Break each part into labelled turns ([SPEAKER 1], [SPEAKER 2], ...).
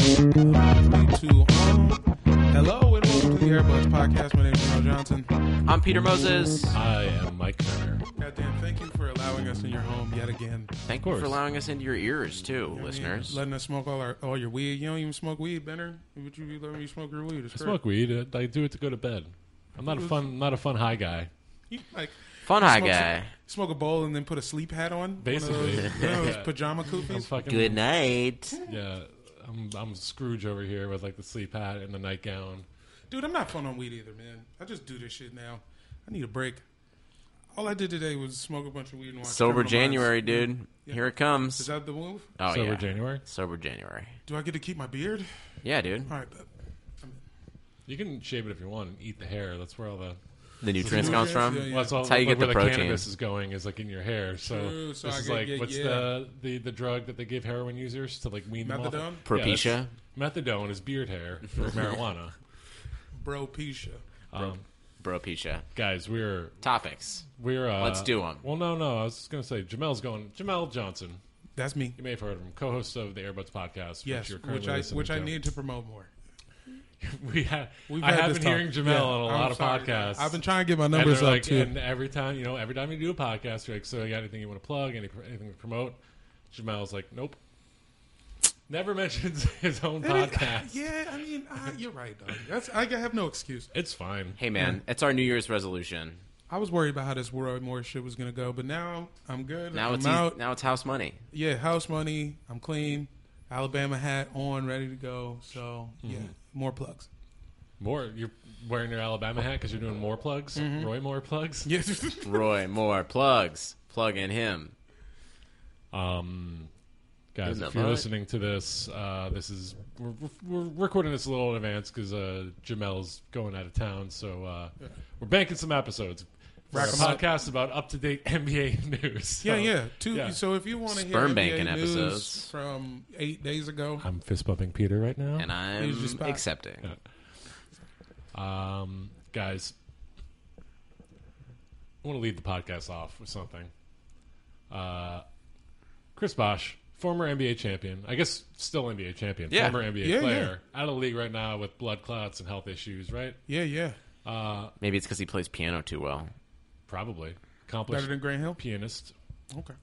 [SPEAKER 1] Three, two, um, hello and welcome to the Airbuds Podcast. My name is Ronald Johnson.
[SPEAKER 2] I'm Peter Moses.
[SPEAKER 3] I am Mike Turner.
[SPEAKER 1] Goddamn, thank you for allowing us in your home yet again.
[SPEAKER 2] Thank you for allowing us into your ears too,
[SPEAKER 1] You know what I mean?
[SPEAKER 2] listeners.
[SPEAKER 1] letting us smoke all our all your weed. You don't even smoke weed, Benner. Would you be letting me smoke your weed? It's
[SPEAKER 3] I
[SPEAKER 1] great.
[SPEAKER 3] smoke weed. I do it to go to bed. I'm not a fun, not a fun high guy.
[SPEAKER 1] You, like
[SPEAKER 2] Fun high
[SPEAKER 1] smoke,
[SPEAKER 2] guy.
[SPEAKER 1] Smoke a bowl and then put a sleep hat on. one of
[SPEAKER 3] Basically.
[SPEAKER 1] those, one of those
[SPEAKER 3] Yeah.
[SPEAKER 1] pajama
[SPEAKER 3] I'm
[SPEAKER 1] koofies.
[SPEAKER 3] fucking
[SPEAKER 2] Good night.
[SPEAKER 3] Yeah, I'm, I'm Scrooge over here with like the sleep hat and the nightgown.
[SPEAKER 1] Dude, I'm not fun on weed either, man. I just do this shit now. I need a break. All I did today was smoke a bunch of weed and watch
[SPEAKER 2] Sober
[SPEAKER 1] Criminal
[SPEAKER 2] January,
[SPEAKER 1] Minds.
[SPEAKER 2] dude. Here it comes.
[SPEAKER 1] Is that the move?
[SPEAKER 2] oh
[SPEAKER 3] Sober
[SPEAKER 2] yeah.
[SPEAKER 3] January.
[SPEAKER 2] Sober January.
[SPEAKER 1] Do I get to keep my beard?
[SPEAKER 2] Yeah, dude.
[SPEAKER 1] All right, but
[SPEAKER 3] You can shave it if you want and eat the hair. That's where all the
[SPEAKER 2] The nutrients comes from.
[SPEAKER 1] Yeah, yeah.
[SPEAKER 3] well, that's all,
[SPEAKER 2] That's how you
[SPEAKER 3] like,
[SPEAKER 2] get the
[SPEAKER 3] where
[SPEAKER 2] protein.
[SPEAKER 3] cannabis is going is like in your hair. So,
[SPEAKER 1] True, so
[SPEAKER 3] this
[SPEAKER 1] I
[SPEAKER 3] is
[SPEAKER 1] get-
[SPEAKER 3] like
[SPEAKER 1] yeah,
[SPEAKER 3] what's
[SPEAKER 1] yeah.
[SPEAKER 3] the, the the drug that they give heroin users to like wean them
[SPEAKER 1] Methadone?
[SPEAKER 3] off?
[SPEAKER 2] Propecia?
[SPEAKER 3] Yeah, that's- methadone is beard hair for marijuana.
[SPEAKER 1] bro, Pisha.
[SPEAKER 3] Um,
[SPEAKER 2] Bro, Pisha.
[SPEAKER 3] guys, we're
[SPEAKER 2] Topics.
[SPEAKER 3] We're uh,
[SPEAKER 2] Let's do 'em.
[SPEAKER 3] Well, no, no. I was just gonna say Jamel's going. Jamel Johnson.
[SPEAKER 1] That's me.
[SPEAKER 3] You may have heard of him, co-host of the Airbuds podcast.
[SPEAKER 1] Yes,
[SPEAKER 3] you're
[SPEAKER 1] which,
[SPEAKER 3] currently
[SPEAKER 1] I
[SPEAKER 3] listening
[SPEAKER 1] which I
[SPEAKER 3] to.
[SPEAKER 1] need to promote more.
[SPEAKER 3] we have.
[SPEAKER 1] We've
[SPEAKER 3] I
[SPEAKER 1] had
[SPEAKER 3] have
[SPEAKER 1] this
[SPEAKER 3] been
[SPEAKER 1] talk.
[SPEAKER 3] hearing Jamel
[SPEAKER 1] Yeah,
[SPEAKER 3] on a
[SPEAKER 1] I'm
[SPEAKER 3] lot
[SPEAKER 1] sorry.
[SPEAKER 3] of podcasts.
[SPEAKER 1] I've been trying to get my
[SPEAKER 3] and
[SPEAKER 1] numbers
[SPEAKER 3] they're
[SPEAKER 1] up
[SPEAKER 3] like,
[SPEAKER 1] too.
[SPEAKER 3] And uh, every time, you know, every time you do a podcast, you're like, so you got anything you want to plug? Any, anything to promote? Jamel's like, nope. Never mentions his own
[SPEAKER 1] It is-
[SPEAKER 3] podcast.
[SPEAKER 1] yeah, I mean, I, you're right, dog. That's I have no excuse.
[SPEAKER 3] It's fine.
[SPEAKER 2] Hey man, it's our New Year's resolution.
[SPEAKER 1] I was worried about how this world more shit was gonna go, but now I'm good.
[SPEAKER 2] Now
[SPEAKER 1] I'm
[SPEAKER 2] it's
[SPEAKER 1] out.
[SPEAKER 2] now it's house money.
[SPEAKER 1] Yeah, house money. I'm clean. Alabama hat on, ready to go. So
[SPEAKER 3] Mm-hmm.
[SPEAKER 1] yeah, more plugs.
[SPEAKER 3] More. You're wearing your Alabama hat because you're doing more plugs.
[SPEAKER 2] Mm-hmm.
[SPEAKER 3] Roy Moore plugs.
[SPEAKER 1] Yeah,
[SPEAKER 2] Roy Moore plugs. Plug in him.
[SPEAKER 3] Um, guys,
[SPEAKER 2] Isn't
[SPEAKER 3] if
[SPEAKER 2] that
[SPEAKER 3] you're
[SPEAKER 2] right?
[SPEAKER 3] listening to this, uh, this is we're, we're we're recording this a little in advance because uh, Jamel's going out of town, so uh, we're banking some episodes. For
[SPEAKER 1] Rack
[SPEAKER 3] a
[SPEAKER 1] 'em up.
[SPEAKER 3] podcast about up to date NBA news. So,
[SPEAKER 1] yeah, yeah. Two,
[SPEAKER 3] yeah.
[SPEAKER 1] So if you want to hear
[SPEAKER 2] Sperm
[SPEAKER 1] NBA
[SPEAKER 2] banking
[SPEAKER 1] news
[SPEAKER 2] episodes.
[SPEAKER 1] from eight days ago,
[SPEAKER 3] I'm fist bumping Peter right now.
[SPEAKER 2] And I'm
[SPEAKER 1] He's just back.
[SPEAKER 2] accepting.
[SPEAKER 3] um, guys, I want to lead the podcast off with something. Uh, Chris Bosch, former NBA champion, I guess still NBA champion,
[SPEAKER 2] Yeah.
[SPEAKER 3] former NBA
[SPEAKER 1] Yeah, yeah.
[SPEAKER 3] player, out of the league right now with blood clots and health issues, right?
[SPEAKER 1] yeah, yeah,
[SPEAKER 3] Uh,
[SPEAKER 2] Maybe it's because he plays piano too well.
[SPEAKER 3] probably
[SPEAKER 1] better
[SPEAKER 3] accomplished
[SPEAKER 1] than Grant Hill.
[SPEAKER 3] pianist.
[SPEAKER 1] Okay.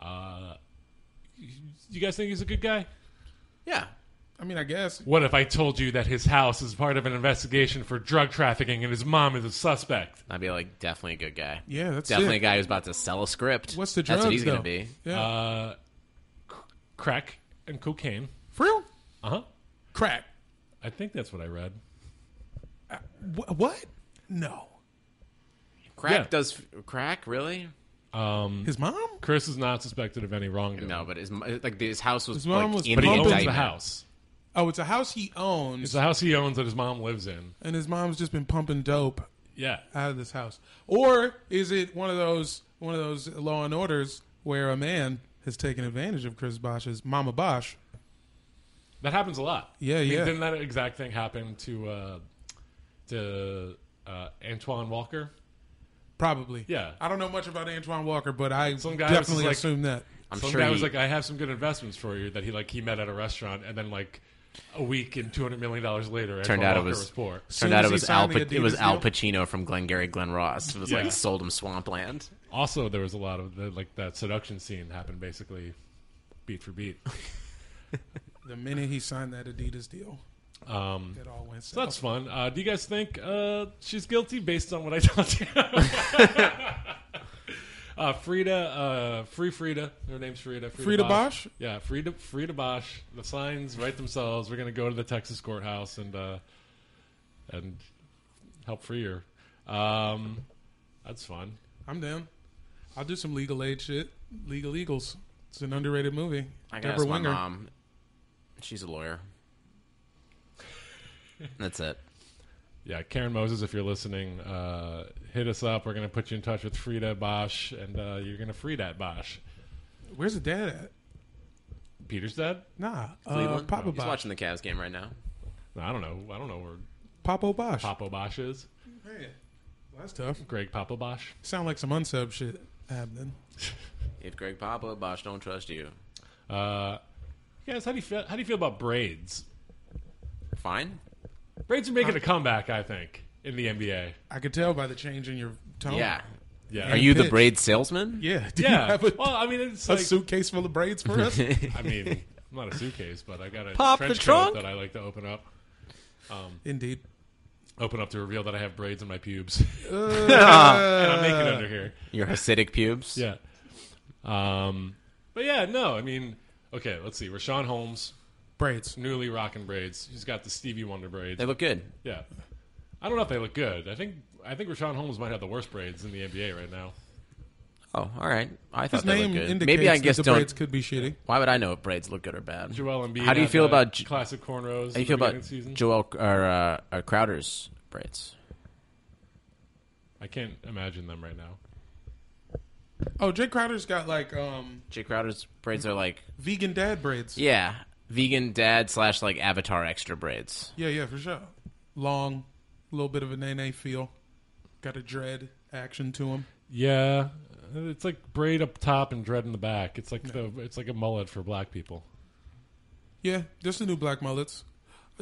[SPEAKER 3] Uh, you guys think he's a good guy?
[SPEAKER 2] Yeah.
[SPEAKER 1] I mean, I guess
[SPEAKER 3] What if I told you that his house is part of an investigation for drug trafficking and his mom is a suspect?
[SPEAKER 2] I'd be like, definitely a good guy.
[SPEAKER 1] Yeah, that's
[SPEAKER 2] Definitely
[SPEAKER 1] it.
[SPEAKER 2] a guy who's about to sell a script.
[SPEAKER 1] What's the drugs?
[SPEAKER 2] That's what he's
[SPEAKER 1] though?
[SPEAKER 2] gonna be.
[SPEAKER 1] Yeah,
[SPEAKER 3] Uh, c- crack and cocaine.
[SPEAKER 1] for real?
[SPEAKER 3] Uh huh.
[SPEAKER 1] Crack.
[SPEAKER 3] I think that's what I read.
[SPEAKER 1] Wh- what? No,
[SPEAKER 2] Crack
[SPEAKER 3] Yeah.
[SPEAKER 2] does crack really?
[SPEAKER 3] Um,
[SPEAKER 1] his mom.
[SPEAKER 3] Chris is not suspecected of any wrongdoing.
[SPEAKER 2] No, but his m- like his house was
[SPEAKER 1] His mom
[SPEAKER 2] like,
[SPEAKER 1] was
[SPEAKER 2] in
[SPEAKER 3] but he
[SPEAKER 2] the
[SPEAKER 1] pumping-
[SPEAKER 3] owns the
[SPEAKER 2] indictment.
[SPEAKER 3] house.
[SPEAKER 1] Oh, it's a house he
[SPEAKER 3] It's
[SPEAKER 1] owns,
[SPEAKER 3] the house he owns that his mom lives in.
[SPEAKER 1] and his mom's just been pumping dope
[SPEAKER 3] Yeah.
[SPEAKER 1] out of this house. Or is it one of those one of those Law and Orders where a man has taken advantage of Chris Bosch's mama Bosch?
[SPEAKER 3] That happens a lot.
[SPEAKER 1] Yeah,
[SPEAKER 3] I mean,
[SPEAKER 1] yeah.
[SPEAKER 3] Didn't that exact thing happen to uh, to uh, Antoine Walker?
[SPEAKER 1] Probably.
[SPEAKER 3] Yeah.
[SPEAKER 1] I don't know much about Antoine Walker, but I
[SPEAKER 3] Some guy was just
[SPEAKER 1] definitely
[SPEAKER 3] like-
[SPEAKER 1] assume that.
[SPEAKER 2] I'm
[SPEAKER 3] Some
[SPEAKER 2] sure
[SPEAKER 3] guy
[SPEAKER 2] he,
[SPEAKER 3] was like, "I have some good investments for you." That he like he met at a restaurant, and then like a week and two hundred million dollars later,
[SPEAKER 2] Turned
[SPEAKER 3] Antoine
[SPEAKER 2] out it
[SPEAKER 3] Walker
[SPEAKER 2] was-
[SPEAKER 3] poor.
[SPEAKER 1] soon
[SPEAKER 2] turned out it
[SPEAKER 1] as he
[SPEAKER 2] was Al
[SPEAKER 1] signed
[SPEAKER 2] pa-
[SPEAKER 1] the
[SPEAKER 2] it was
[SPEAKER 1] Adidas
[SPEAKER 2] Al
[SPEAKER 1] deal-
[SPEAKER 2] Pacino from Glengarry Glen Ross. It was
[SPEAKER 3] Yeah.
[SPEAKER 2] like sold him swampland.
[SPEAKER 3] Also, there was a lot of the, like that seduction scene happened basically beat for beat.
[SPEAKER 1] the minute he signed that Adidas deal.
[SPEAKER 3] Um,
[SPEAKER 1] It all went
[SPEAKER 3] so
[SPEAKER 1] south.
[SPEAKER 3] that's fun. Uh, do you guys think uh, she's guilty based on what I told you? uh, Frida, uh, free Frida. Her name's Frida.
[SPEAKER 1] Frida Bosch?
[SPEAKER 3] Yeah, Frida, Frida Bosch. The signs write themselves. We're gonna go to the Texas courthouse and uh, and help free her. Um, that's fun.
[SPEAKER 1] I'm down. I'll do some legal aid shit. Legal Eagles. It's an underrated movie.
[SPEAKER 2] I got
[SPEAKER 1] Deborah
[SPEAKER 2] ask my
[SPEAKER 1] Winger.
[SPEAKER 2] mom. She's a lawyer. That's it.
[SPEAKER 3] Yeah, Karen Moses, if you're listening, uh, hit us up. We're gonna put you in touch with Frida Bosch, and uh, you're gonna free that Bosch.
[SPEAKER 1] Where's the dad at?
[SPEAKER 3] Peter's dead.
[SPEAKER 1] Nah, uh,
[SPEAKER 2] Cleveland.
[SPEAKER 1] Papa
[SPEAKER 2] He's
[SPEAKER 1] Bosch.
[SPEAKER 2] watching the Cavs game right now.
[SPEAKER 3] I don't know. I don't know where
[SPEAKER 1] Papa Bosch.
[SPEAKER 3] Papa Bosch is.
[SPEAKER 1] Man, well, that's tough.
[SPEAKER 3] Greg Papa Bosch.
[SPEAKER 1] Sound like some unsub shit happening.
[SPEAKER 2] If Greg Papa Bosch don't trust you,
[SPEAKER 3] Uh, guys, how do you feel? How do you feel about braids?
[SPEAKER 2] fine.
[SPEAKER 3] Braids are making a comeback, I think, in the NBA.
[SPEAKER 1] I could tell by the change in your tone.
[SPEAKER 2] Yeah.
[SPEAKER 3] Yeah,
[SPEAKER 2] Are you the
[SPEAKER 1] Oh. Pitch.
[SPEAKER 2] braid salesman?
[SPEAKER 1] Yeah. Do you
[SPEAKER 3] Yeah.
[SPEAKER 1] have a,
[SPEAKER 3] well, I mean, it's
[SPEAKER 1] a
[SPEAKER 3] like
[SPEAKER 1] suitcase full of braids for us?
[SPEAKER 3] I mean, I'm not a suitcase, but I got a
[SPEAKER 2] Pop the
[SPEAKER 3] trench
[SPEAKER 2] trunk.
[SPEAKER 3] coat that I like to open up,
[SPEAKER 1] Indeed.
[SPEAKER 3] open up to reveal that I have braids in my pubes,
[SPEAKER 2] Uh.
[SPEAKER 3] and I'm naked under here.
[SPEAKER 2] Your Hasidic pubes.
[SPEAKER 3] Yeah. Um, but yeah, no, I mean, okay, let's see. Rashawn Holmes,
[SPEAKER 1] Braids.
[SPEAKER 3] newly rocking braids. He's got the Stevie Wonder braids.
[SPEAKER 2] They look good.
[SPEAKER 3] Yeah. I don't know if they look good. I think I think Rashawn Holmes might have the worst braids in the NBA right now.
[SPEAKER 2] Oh, all right. I thought
[SPEAKER 1] His
[SPEAKER 2] they
[SPEAKER 1] name
[SPEAKER 2] looked good.
[SPEAKER 1] indicates
[SPEAKER 2] Maybe I
[SPEAKER 1] that
[SPEAKER 2] guess
[SPEAKER 1] the
[SPEAKER 2] don't.
[SPEAKER 1] braids could be shitty.
[SPEAKER 2] Why would I know if braids look good or bad?
[SPEAKER 3] Joel Embiid.
[SPEAKER 2] How do you
[SPEAKER 3] had
[SPEAKER 2] feel
[SPEAKER 3] the
[SPEAKER 2] about J-
[SPEAKER 3] classic cornrows?
[SPEAKER 2] How do you
[SPEAKER 3] in
[SPEAKER 2] feel
[SPEAKER 3] the beginning
[SPEAKER 2] about
[SPEAKER 3] of the season?
[SPEAKER 2] Joel or uh, uh, Crowder's braids?
[SPEAKER 3] I can't imagine them right now.
[SPEAKER 1] Oh, Jay Crowder's got like um,
[SPEAKER 2] Jay Crowder's braids are like
[SPEAKER 1] vegan dad braids.
[SPEAKER 2] yeah, vegan dad slash like Avatar extra braids.
[SPEAKER 1] Yeah, yeah, for sure. Long, a little bit of a nene feel. Got a dread action to him.
[SPEAKER 3] Yeah, it's like braid up top and dread in the back. It's like the it's like a mullet for black people.
[SPEAKER 1] Yeah, just the new black mullets.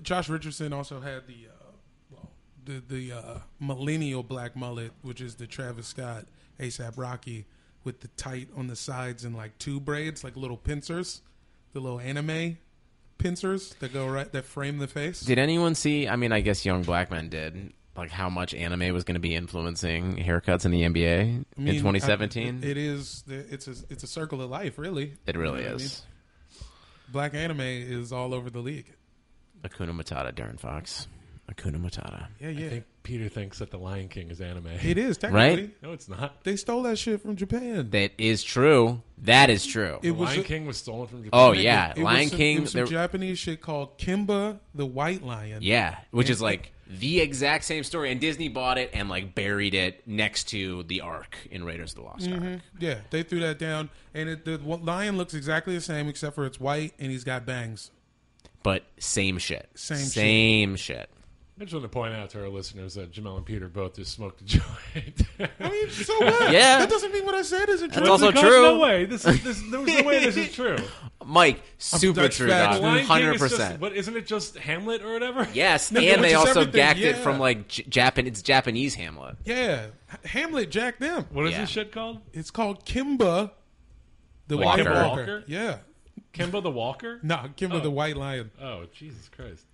[SPEAKER 1] Josh Richardson also had the uh, well, the the uh, millennial black mullet, which is the Travis Scott ASAP Rocky with the tight on the sides and like two braids, like little pincers, the little anime pincers that go right that frame the face.
[SPEAKER 2] Did anyone see? I mean, I guess young black men did. Like how much anime was going to be influencing haircuts in the NBA
[SPEAKER 1] I mean,
[SPEAKER 2] in 2017?
[SPEAKER 1] I- it is the, it's a it's a circle of life, really.
[SPEAKER 2] it really
[SPEAKER 1] You know what I
[SPEAKER 2] is.
[SPEAKER 1] Black anime is all over the league.
[SPEAKER 2] Akuna Matata, Darren Fox. Akuna Matata.
[SPEAKER 1] Yeah, yeah,
[SPEAKER 3] I think Peter thinks that the Lion King is anime.
[SPEAKER 1] it is technically.
[SPEAKER 3] No, it's not.
[SPEAKER 1] They stole that shit from Japan.
[SPEAKER 2] That is true. That is true.
[SPEAKER 1] it was
[SPEAKER 3] Lion
[SPEAKER 1] a-
[SPEAKER 3] King was stolen from Japan.
[SPEAKER 2] oh yeah,
[SPEAKER 1] It was
[SPEAKER 2] Lion
[SPEAKER 1] some-
[SPEAKER 2] King.
[SPEAKER 1] It was some
[SPEAKER 2] there-
[SPEAKER 1] Japanese shit called Kimba the White Lion.
[SPEAKER 2] Yeah, which is like the exact same story, and Disney bought it and like buried it next to the Ark in Raiders of the Lost Ark.
[SPEAKER 1] Yeah, they threw that down, and it, the wa- lion looks exactly the same except for it's white and he's got bangs.
[SPEAKER 2] But same shit,
[SPEAKER 1] Same shit.
[SPEAKER 2] same shit.
[SPEAKER 3] I just want to point out to our listeners that Jamel and Peter both just smoked a joint.
[SPEAKER 1] I mean, so what?
[SPEAKER 2] Yeah.
[SPEAKER 1] that doesn't mean what I said isn't true.
[SPEAKER 2] That's also
[SPEAKER 3] Because
[SPEAKER 2] true.
[SPEAKER 3] No way. This is this, there was no way this is true.
[SPEAKER 2] Mike, super
[SPEAKER 1] that's
[SPEAKER 2] true, dog.
[SPEAKER 1] facts, dude.
[SPEAKER 3] Lion King
[SPEAKER 2] Hundred
[SPEAKER 3] is just.
[SPEAKER 2] percent.
[SPEAKER 3] But isn't it just Hamlet or whatever?
[SPEAKER 2] Yes,
[SPEAKER 1] No,
[SPEAKER 2] and
[SPEAKER 1] which
[SPEAKER 2] they
[SPEAKER 1] is
[SPEAKER 2] also
[SPEAKER 1] everything,
[SPEAKER 2] gacked it
[SPEAKER 1] yeah.
[SPEAKER 2] from like J- Japan. It's Japanese Hamlet.
[SPEAKER 1] yeah, H- Hamlet jacked them.
[SPEAKER 3] What is
[SPEAKER 2] Yeah.
[SPEAKER 3] this shit called?
[SPEAKER 1] It's called Kimba the
[SPEAKER 2] Like
[SPEAKER 1] White
[SPEAKER 2] Kimba
[SPEAKER 1] Walker.
[SPEAKER 3] Walker?
[SPEAKER 1] Yeah,
[SPEAKER 3] Kimba the Walker?
[SPEAKER 1] nah, Kimba the White Lion.
[SPEAKER 3] Oh, Jesus Christ.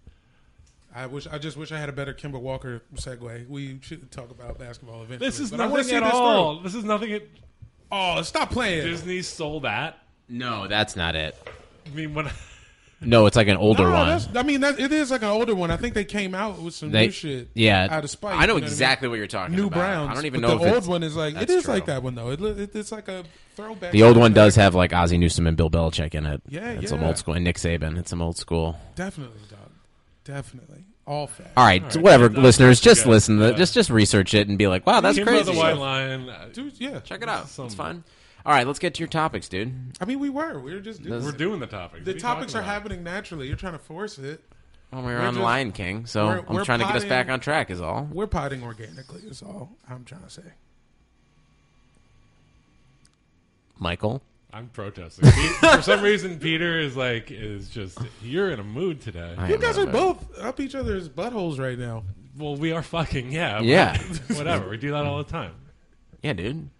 [SPEAKER 1] I wish. I just wish I had a better Kimba Walker segue. We should talk about basketball eventually.
[SPEAKER 3] This is
[SPEAKER 1] but I wanna
[SPEAKER 3] nothing
[SPEAKER 1] see
[SPEAKER 3] at
[SPEAKER 1] this
[SPEAKER 3] all. This is nothing at
[SPEAKER 1] through. Oh, stop playing.
[SPEAKER 3] Disney stole that.
[SPEAKER 2] No, that's not it.
[SPEAKER 3] I mean, when
[SPEAKER 2] No, it's like an older
[SPEAKER 1] No,
[SPEAKER 2] one.
[SPEAKER 1] that's- I mean, that, it is like an older one. I think they came out with some new shit.
[SPEAKER 2] Yeah,
[SPEAKER 1] out of spite.
[SPEAKER 2] I know
[SPEAKER 1] you what mean?
[SPEAKER 2] exactly what you're talking
[SPEAKER 1] New
[SPEAKER 2] about.
[SPEAKER 1] Browns.
[SPEAKER 2] I don't even
[SPEAKER 1] but
[SPEAKER 2] know
[SPEAKER 1] the
[SPEAKER 2] if
[SPEAKER 1] old
[SPEAKER 2] it's-
[SPEAKER 1] one is like it
[SPEAKER 2] that's
[SPEAKER 1] is
[SPEAKER 2] true.
[SPEAKER 1] like that one though. It, li- it, it's like a throwback.
[SPEAKER 2] The old one does have like Ozzie Newsome and Bill Belichick in it.
[SPEAKER 1] Yeah,
[SPEAKER 2] it's
[SPEAKER 1] yeah.
[SPEAKER 2] some old school. And Nick Saban. It's some old school.
[SPEAKER 1] definitely dog, definitely all facts.
[SPEAKER 2] All right, so
[SPEAKER 3] right,
[SPEAKER 2] whatever,
[SPEAKER 3] that's- that's
[SPEAKER 2] listeners,
[SPEAKER 3] what you
[SPEAKER 2] just
[SPEAKER 3] got.
[SPEAKER 2] listen. To,
[SPEAKER 3] Yeah.
[SPEAKER 2] Just just research it and be like, wow, that's
[SPEAKER 3] Kimba
[SPEAKER 2] crazy.
[SPEAKER 3] the White Lion. uh,
[SPEAKER 1] dude. Yeah,
[SPEAKER 2] Check it out.
[SPEAKER 3] Some-
[SPEAKER 2] It's fine. All right, let's get to your topics, dude.
[SPEAKER 1] I mean, we were we were just doing.
[SPEAKER 3] We're doing the topics.
[SPEAKER 1] the
[SPEAKER 3] What you
[SPEAKER 1] topics
[SPEAKER 3] talking
[SPEAKER 1] are
[SPEAKER 3] about?
[SPEAKER 1] happening naturally. You're trying to force it.
[SPEAKER 2] Well, we were
[SPEAKER 1] We're
[SPEAKER 2] on
[SPEAKER 1] just-
[SPEAKER 2] Lion King, so
[SPEAKER 1] we're-
[SPEAKER 2] I'm
[SPEAKER 1] we're
[SPEAKER 2] trying to get us
[SPEAKER 1] potting-
[SPEAKER 2] back on track. Is all.
[SPEAKER 1] We're potting organically. Is all I'm trying to say.
[SPEAKER 2] Michael,
[SPEAKER 3] I'm protesting. Pete- For some reason, Peter is like, is just, you're in a mood today.
[SPEAKER 2] I
[SPEAKER 1] You
[SPEAKER 2] am
[SPEAKER 1] guys
[SPEAKER 2] not
[SPEAKER 1] are
[SPEAKER 2] a-
[SPEAKER 1] both up each other's buttholes right now.
[SPEAKER 3] Well, we are fucking, yeah. but
[SPEAKER 2] Yeah,
[SPEAKER 3] Whatever. We do that all the time.
[SPEAKER 2] yeah, dude.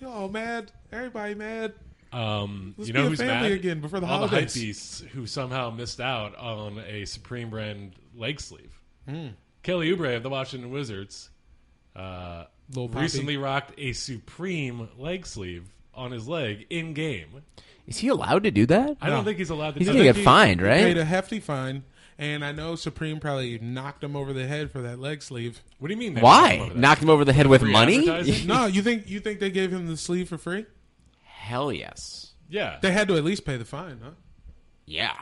[SPEAKER 1] Y'all mad? Everybody mad?
[SPEAKER 3] Um,
[SPEAKER 1] Let's
[SPEAKER 3] you know
[SPEAKER 1] be a
[SPEAKER 3] who's
[SPEAKER 1] family
[SPEAKER 3] mad?
[SPEAKER 1] again before the
[SPEAKER 3] All
[SPEAKER 1] holidays.
[SPEAKER 3] the hypebeasts who somehow missed out on a Supreme brand leg sleeve.
[SPEAKER 1] Hmm.
[SPEAKER 3] Kelly Oubre of the Washington Wizards uh,
[SPEAKER 1] Lil Poppy.
[SPEAKER 3] recently rocked a Supreme leg sleeve on his leg in game.
[SPEAKER 2] Is he allowed to do that?
[SPEAKER 3] I don't think he's allowed to.
[SPEAKER 2] He's
[SPEAKER 3] do
[SPEAKER 2] gonna
[SPEAKER 3] that.
[SPEAKER 2] get fined,
[SPEAKER 1] Paid
[SPEAKER 2] right?
[SPEAKER 1] a hefty fine, and I know Supreme probably knocked him over the head for that leg sleeve.
[SPEAKER 3] What do you mean? they knocked him
[SPEAKER 2] Why?
[SPEAKER 3] over that?
[SPEAKER 2] Knocked him over the head with
[SPEAKER 3] Free
[SPEAKER 2] money?
[SPEAKER 3] advertising?
[SPEAKER 1] no, you think you think they gave him the sleeve for free?
[SPEAKER 2] Hell yes.
[SPEAKER 3] Yeah.
[SPEAKER 1] They had to at least pay the fine, huh?
[SPEAKER 2] Yeah.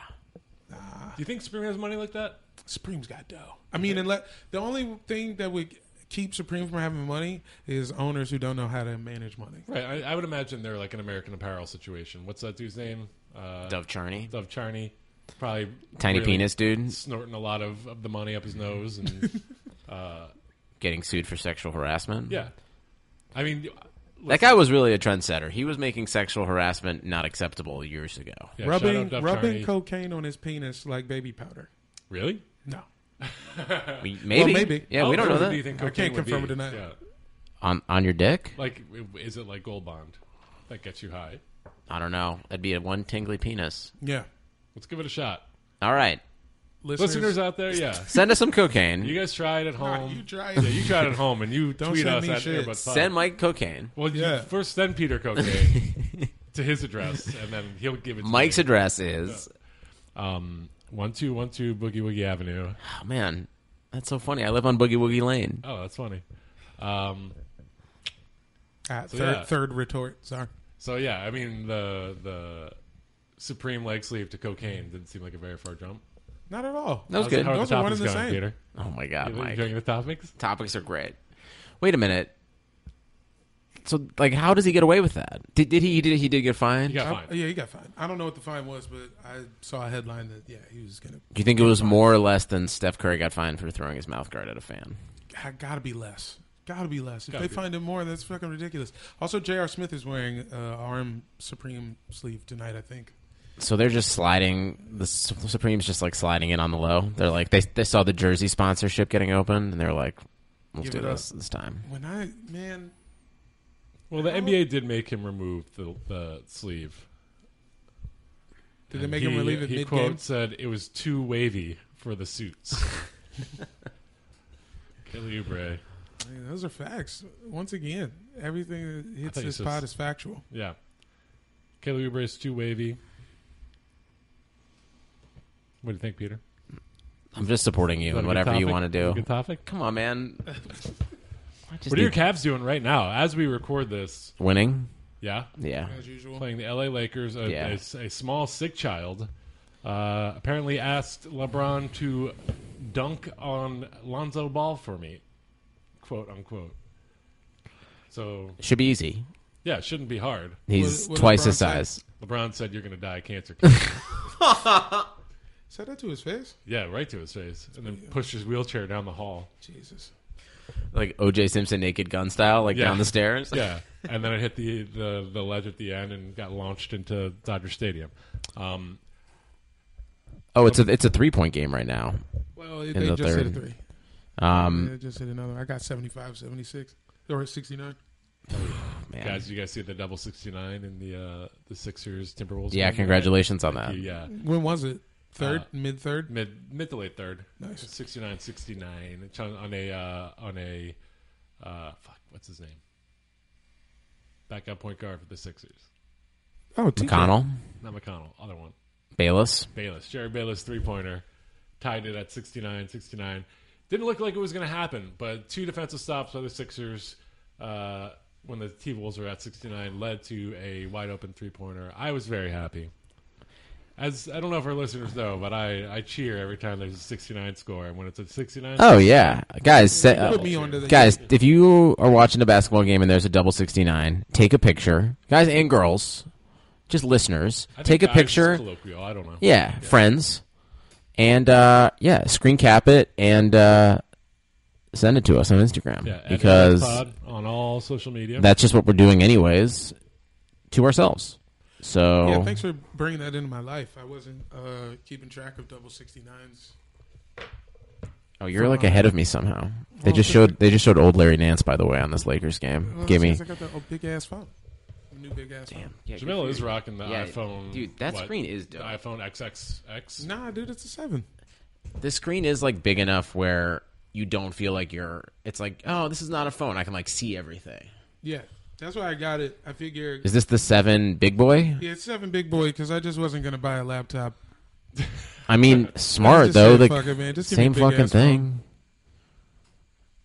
[SPEAKER 3] Do you think Supreme has money like that?
[SPEAKER 1] Supreme's got dough. I mean, unless the only thing that would keep Supreme from having money is owners who don't know how to manage money.
[SPEAKER 3] Right. I, I would imagine they're like an American Apparel situation. What's that dude's name? Uh,
[SPEAKER 2] Dove Charney,
[SPEAKER 3] Dove Charney. Probably
[SPEAKER 2] tiny
[SPEAKER 3] really
[SPEAKER 2] penis dude,
[SPEAKER 3] snorting a lot of, of the money up his nose and
[SPEAKER 2] getting sued for sexual harassment.
[SPEAKER 3] yeah i mean
[SPEAKER 2] That guy was really a trendsetter. He was making sexual harassment not acceptable years ago.
[SPEAKER 3] yeah, shout
[SPEAKER 1] rubbing
[SPEAKER 3] out Dove
[SPEAKER 1] rubbing
[SPEAKER 3] Charney.
[SPEAKER 1] cocaine on his penis like baby powder.
[SPEAKER 3] really
[SPEAKER 1] No,
[SPEAKER 2] We, maybe.
[SPEAKER 1] maybe.
[SPEAKER 2] Yeah,
[SPEAKER 3] How
[SPEAKER 2] we don't know
[SPEAKER 3] good
[SPEAKER 2] that.
[SPEAKER 3] do you think
[SPEAKER 1] I
[SPEAKER 3] cocaine
[SPEAKER 1] can't
[SPEAKER 3] would
[SPEAKER 1] confirm
[SPEAKER 3] be?
[SPEAKER 1] or deny.
[SPEAKER 3] yeah.
[SPEAKER 2] on on your dick?
[SPEAKER 3] like is it like gold bond that gets you high
[SPEAKER 2] I don't know. That'd be a one tingly penis.
[SPEAKER 1] yeah.
[SPEAKER 3] let's give it a shot
[SPEAKER 2] All right.
[SPEAKER 1] Listeners,
[SPEAKER 3] listeners um, out there yeah
[SPEAKER 2] Send us some cocaine.
[SPEAKER 3] you guys try it at
[SPEAKER 1] Ah,
[SPEAKER 3] home
[SPEAKER 1] you try
[SPEAKER 3] yeah you try it at home and you tweet
[SPEAKER 1] send
[SPEAKER 3] us
[SPEAKER 1] me
[SPEAKER 3] at
[SPEAKER 1] shit.
[SPEAKER 3] Earbud Pod.
[SPEAKER 2] Send Mike cocaine.
[SPEAKER 3] well you
[SPEAKER 1] Yeah.
[SPEAKER 3] first send peter cocaine to his address and then he'll give it to
[SPEAKER 2] Mike's
[SPEAKER 3] me.
[SPEAKER 2] address is
[SPEAKER 3] um 1212 boogie woogie avenue
[SPEAKER 2] Oh man, that's so funny. I live on Boogie Woogie Lane.
[SPEAKER 3] oh that's funny um
[SPEAKER 1] Ah, third,
[SPEAKER 3] yeah.
[SPEAKER 1] third retort. Sorry.
[SPEAKER 3] So yeah, I mean the the supreme leg sleeve to cocaine didn't seem like a very far jump.
[SPEAKER 1] Not at all.
[SPEAKER 2] That was good.
[SPEAKER 3] How are
[SPEAKER 1] Those
[SPEAKER 3] the
[SPEAKER 1] are one
[SPEAKER 3] topics
[SPEAKER 1] and the
[SPEAKER 3] going,
[SPEAKER 1] same.
[SPEAKER 3] Peter?
[SPEAKER 2] Oh my god,
[SPEAKER 3] You
[SPEAKER 2] Mike.
[SPEAKER 3] enjoying the topics?
[SPEAKER 2] Topics are great. Wait a minute. So like how does he get away with that? Did, did he he did he did get fined?
[SPEAKER 3] You got
[SPEAKER 1] Oh,
[SPEAKER 3] fine.
[SPEAKER 1] yeah, he got fined. I don't know what the fine was, but I saw a headline that yeah, he was gonna.
[SPEAKER 2] Do you think it was more or less than Steph Curry got fined for throwing his mouth guard at a fan?
[SPEAKER 1] I gotta be less. Gotta be less. If
[SPEAKER 3] Gotta
[SPEAKER 1] they
[SPEAKER 3] be.
[SPEAKER 1] find him more, that's fucking ridiculous. Also, J.R. Smith is wearing uh, RM Supreme sleeve tonight. I think.
[SPEAKER 2] So they're just sliding. The Su- Supreme's just like sliding in on the low. They're like they they saw the jersey sponsorship getting opened, and they're like, "Let's
[SPEAKER 1] Give
[SPEAKER 2] do
[SPEAKER 1] it up.
[SPEAKER 2] this this time."
[SPEAKER 1] When I man,
[SPEAKER 3] Well, the NBA did make him remove the, the sleeve.
[SPEAKER 1] did they
[SPEAKER 3] And
[SPEAKER 1] make
[SPEAKER 3] he-
[SPEAKER 1] him relieve it
[SPEAKER 3] He
[SPEAKER 1] mid game?
[SPEAKER 3] quote said it was too wavy for the suits. Kelly Oubre.
[SPEAKER 1] Those are facts. Once again, everything that hits
[SPEAKER 3] thought you
[SPEAKER 1] this
[SPEAKER 3] said-
[SPEAKER 1] pod is factual.
[SPEAKER 3] Yeah. Kelly Oubre is too wavy. What do you think, Peter?
[SPEAKER 2] I'm just supporting you
[SPEAKER 3] Is that a
[SPEAKER 2] and
[SPEAKER 3] good
[SPEAKER 2] whatever you
[SPEAKER 3] topic?
[SPEAKER 2] want
[SPEAKER 3] Is that
[SPEAKER 2] to
[SPEAKER 3] a
[SPEAKER 2] do.
[SPEAKER 3] Good topic.
[SPEAKER 2] Come on, man. I just
[SPEAKER 3] What are your
[SPEAKER 2] need-
[SPEAKER 3] Cavs doing right now as we record this?
[SPEAKER 2] winning?
[SPEAKER 3] Yeah.
[SPEAKER 2] Yeah,
[SPEAKER 1] As usual,
[SPEAKER 3] playing the LA Lakers. A,
[SPEAKER 2] Yeah.
[SPEAKER 3] a s- a small sick child uh, apparently asked LeBron to dunk on Lonzo Ball for me, quote unquote. So
[SPEAKER 2] should be easy.
[SPEAKER 3] yeah, it shouldn't be hard.
[SPEAKER 2] He's
[SPEAKER 1] What- what
[SPEAKER 2] twice
[SPEAKER 1] LeBron
[SPEAKER 2] his
[SPEAKER 1] said?
[SPEAKER 2] size.
[SPEAKER 3] LeBron said you're going to die of cancer. kid."
[SPEAKER 1] said that to his face.
[SPEAKER 3] yeah, right to his face, and then pushed his wheelchair down the hall.
[SPEAKER 1] Jesus.
[SPEAKER 2] Like O.J. Simpson, naked gun style, like
[SPEAKER 3] Yeah.
[SPEAKER 2] down the stairs.
[SPEAKER 3] Yeah, and then it hit the, the the ledge at the end and got launched into Dodger Stadium. Um,
[SPEAKER 2] Oh, it's a it's a three point game right now.
[SPEAKER 1] Well, they
[SPEAKER 2] In the
[SPEAKER 1] just hit a
[SPEAKER 2] third.
[SPEAKER 1] three.
[SPEAKER 2] Um,
[SPEAKER 1] they just hit another. I got 75, 76, or 69.
[SPEAKER 2] man.
[SPEAKER 3] Guys, did you guys see the double sixty nine in the uh, the Sixers Timberwolves?
[SPEAKER 2] yeah,
[SPEAKER 3] game?
[SPEAKER 2] congratulations on that.
[SPEAKER 3] Yeah,
[SPEAKER 1] When was it? Third,
[SPEAKER 3] Uh,
[SPEAKER 1] mid third.
[SPEAKER 3] mid mid to late third.
[SPEAKER 1] Nice.
[SPEAKER 3] 69 69 It's on, on a uh, on a uh, fuck what's his name backup point guard for the Sixers
[SPEAKER 1] Oh, TJ.
[SPEAKER 2] McConnell,
[SPEAKER 3] not McConnell other one
[SPEAKER 2] Bayless.
[SPEAKER 3] Bayless Jerry Bayless three pointer tied it at 69 69 didn't look like it was going to happen but two defensive stops by the Sixers uh, when the T Wolves were at 69 led to a wide open three pointer I was very happy. As I don't know if our listeners know, but I, I cheer every time there's a 69 score, and when it's a 69
[SPEAKER 2] Oh yeah, guys. Set,
[SPEAKER 1] Put me onto the
[SPEAKER 2] guys, if you are watching a basketball game and there's a double 69, take a picture. Guys and girls, just listeners,
[SPEAKER 3] I think
[SPEAKER 2] take a
[SPEAKER 3] guys is
[SPEAKER 2] picture.
[SPEAKER 3] Colloquial, I don't know.
[SPEAKER 2] Yeah, friends. And uh, yeah, screen cap it and uh, send it to us on Instagram
[SPEAKER 3] Yeah, uh, at
[SPEAKER 2] because
[SPEAKER 3] Pod on all social media.
[SPEAKER 2] that's just what we're doing anyways to ourselves. So
[SPEAKER 1] Yeah, thanks for bringing that into my life. I wasn't uh, keeping track of double 69s.
[SPEAKER 2] oh, you're like ahead of me somehow. They
[SPEAKER 1] uh, Well,
[SPEAKER 2] just
[SPEAKER 1] it's
[SPEAKER 2] showed they just showed old Larry Nance by the way on this Lakers game.
[SPEAKER 1] Well,
[SPEAKER 2] Gave me
[SPEAKER 1] since I got that big ass phone. new big ass.
[SPEAKER 2] Damn.
[SPEAKER 1] phone.
[SPEAKER 2] Yeah, good
[SPEAKER 3] Jamel
[SPEAKER 2] for
[SPEAKER 3] is
[SPEAKER 2] you.
[SPEAKER 3] rocking the
[SPEAKER 2] Yeah,
[SPEAKER 3] iPhone.
[SPEAKER 2] dude, that
[SPEAKER 3] what?
[SPEAKER 2] screen is dope.
[SPEAKER 3] The iPhone XXX.
[SPEAKER 1] Nah, dude, it's a seven.
[SPEAKER 2] the screen is like big enough where you don't feel like you're. It's like, oh, this is not a phone. I can like see everything.
[SPEAKER 1] Yeah, that's why I got it. I figure.
[SPEAKER 2] Is this the seven big boy?
[SPEAKER 1] Yeah, it's seven big boy because I just wasn't gonna buy a laptop.
[SPEAKER 2] I mean,
[SPEAKER 1] I
[SPEAKER 2] smart
[SPEAKER 1] just
[SPEAKER 2] though.
[SPEAKER 1] said,
[SPEAKER 2] Like
[SPEAKER 1] "Fuck it, man, just give me
[SPEAKER 2] same
[SPEAKER 1] a big
[SPEAKER 2] fucking
[SPEAKER 1] ass
[SPEAKER 2] thing.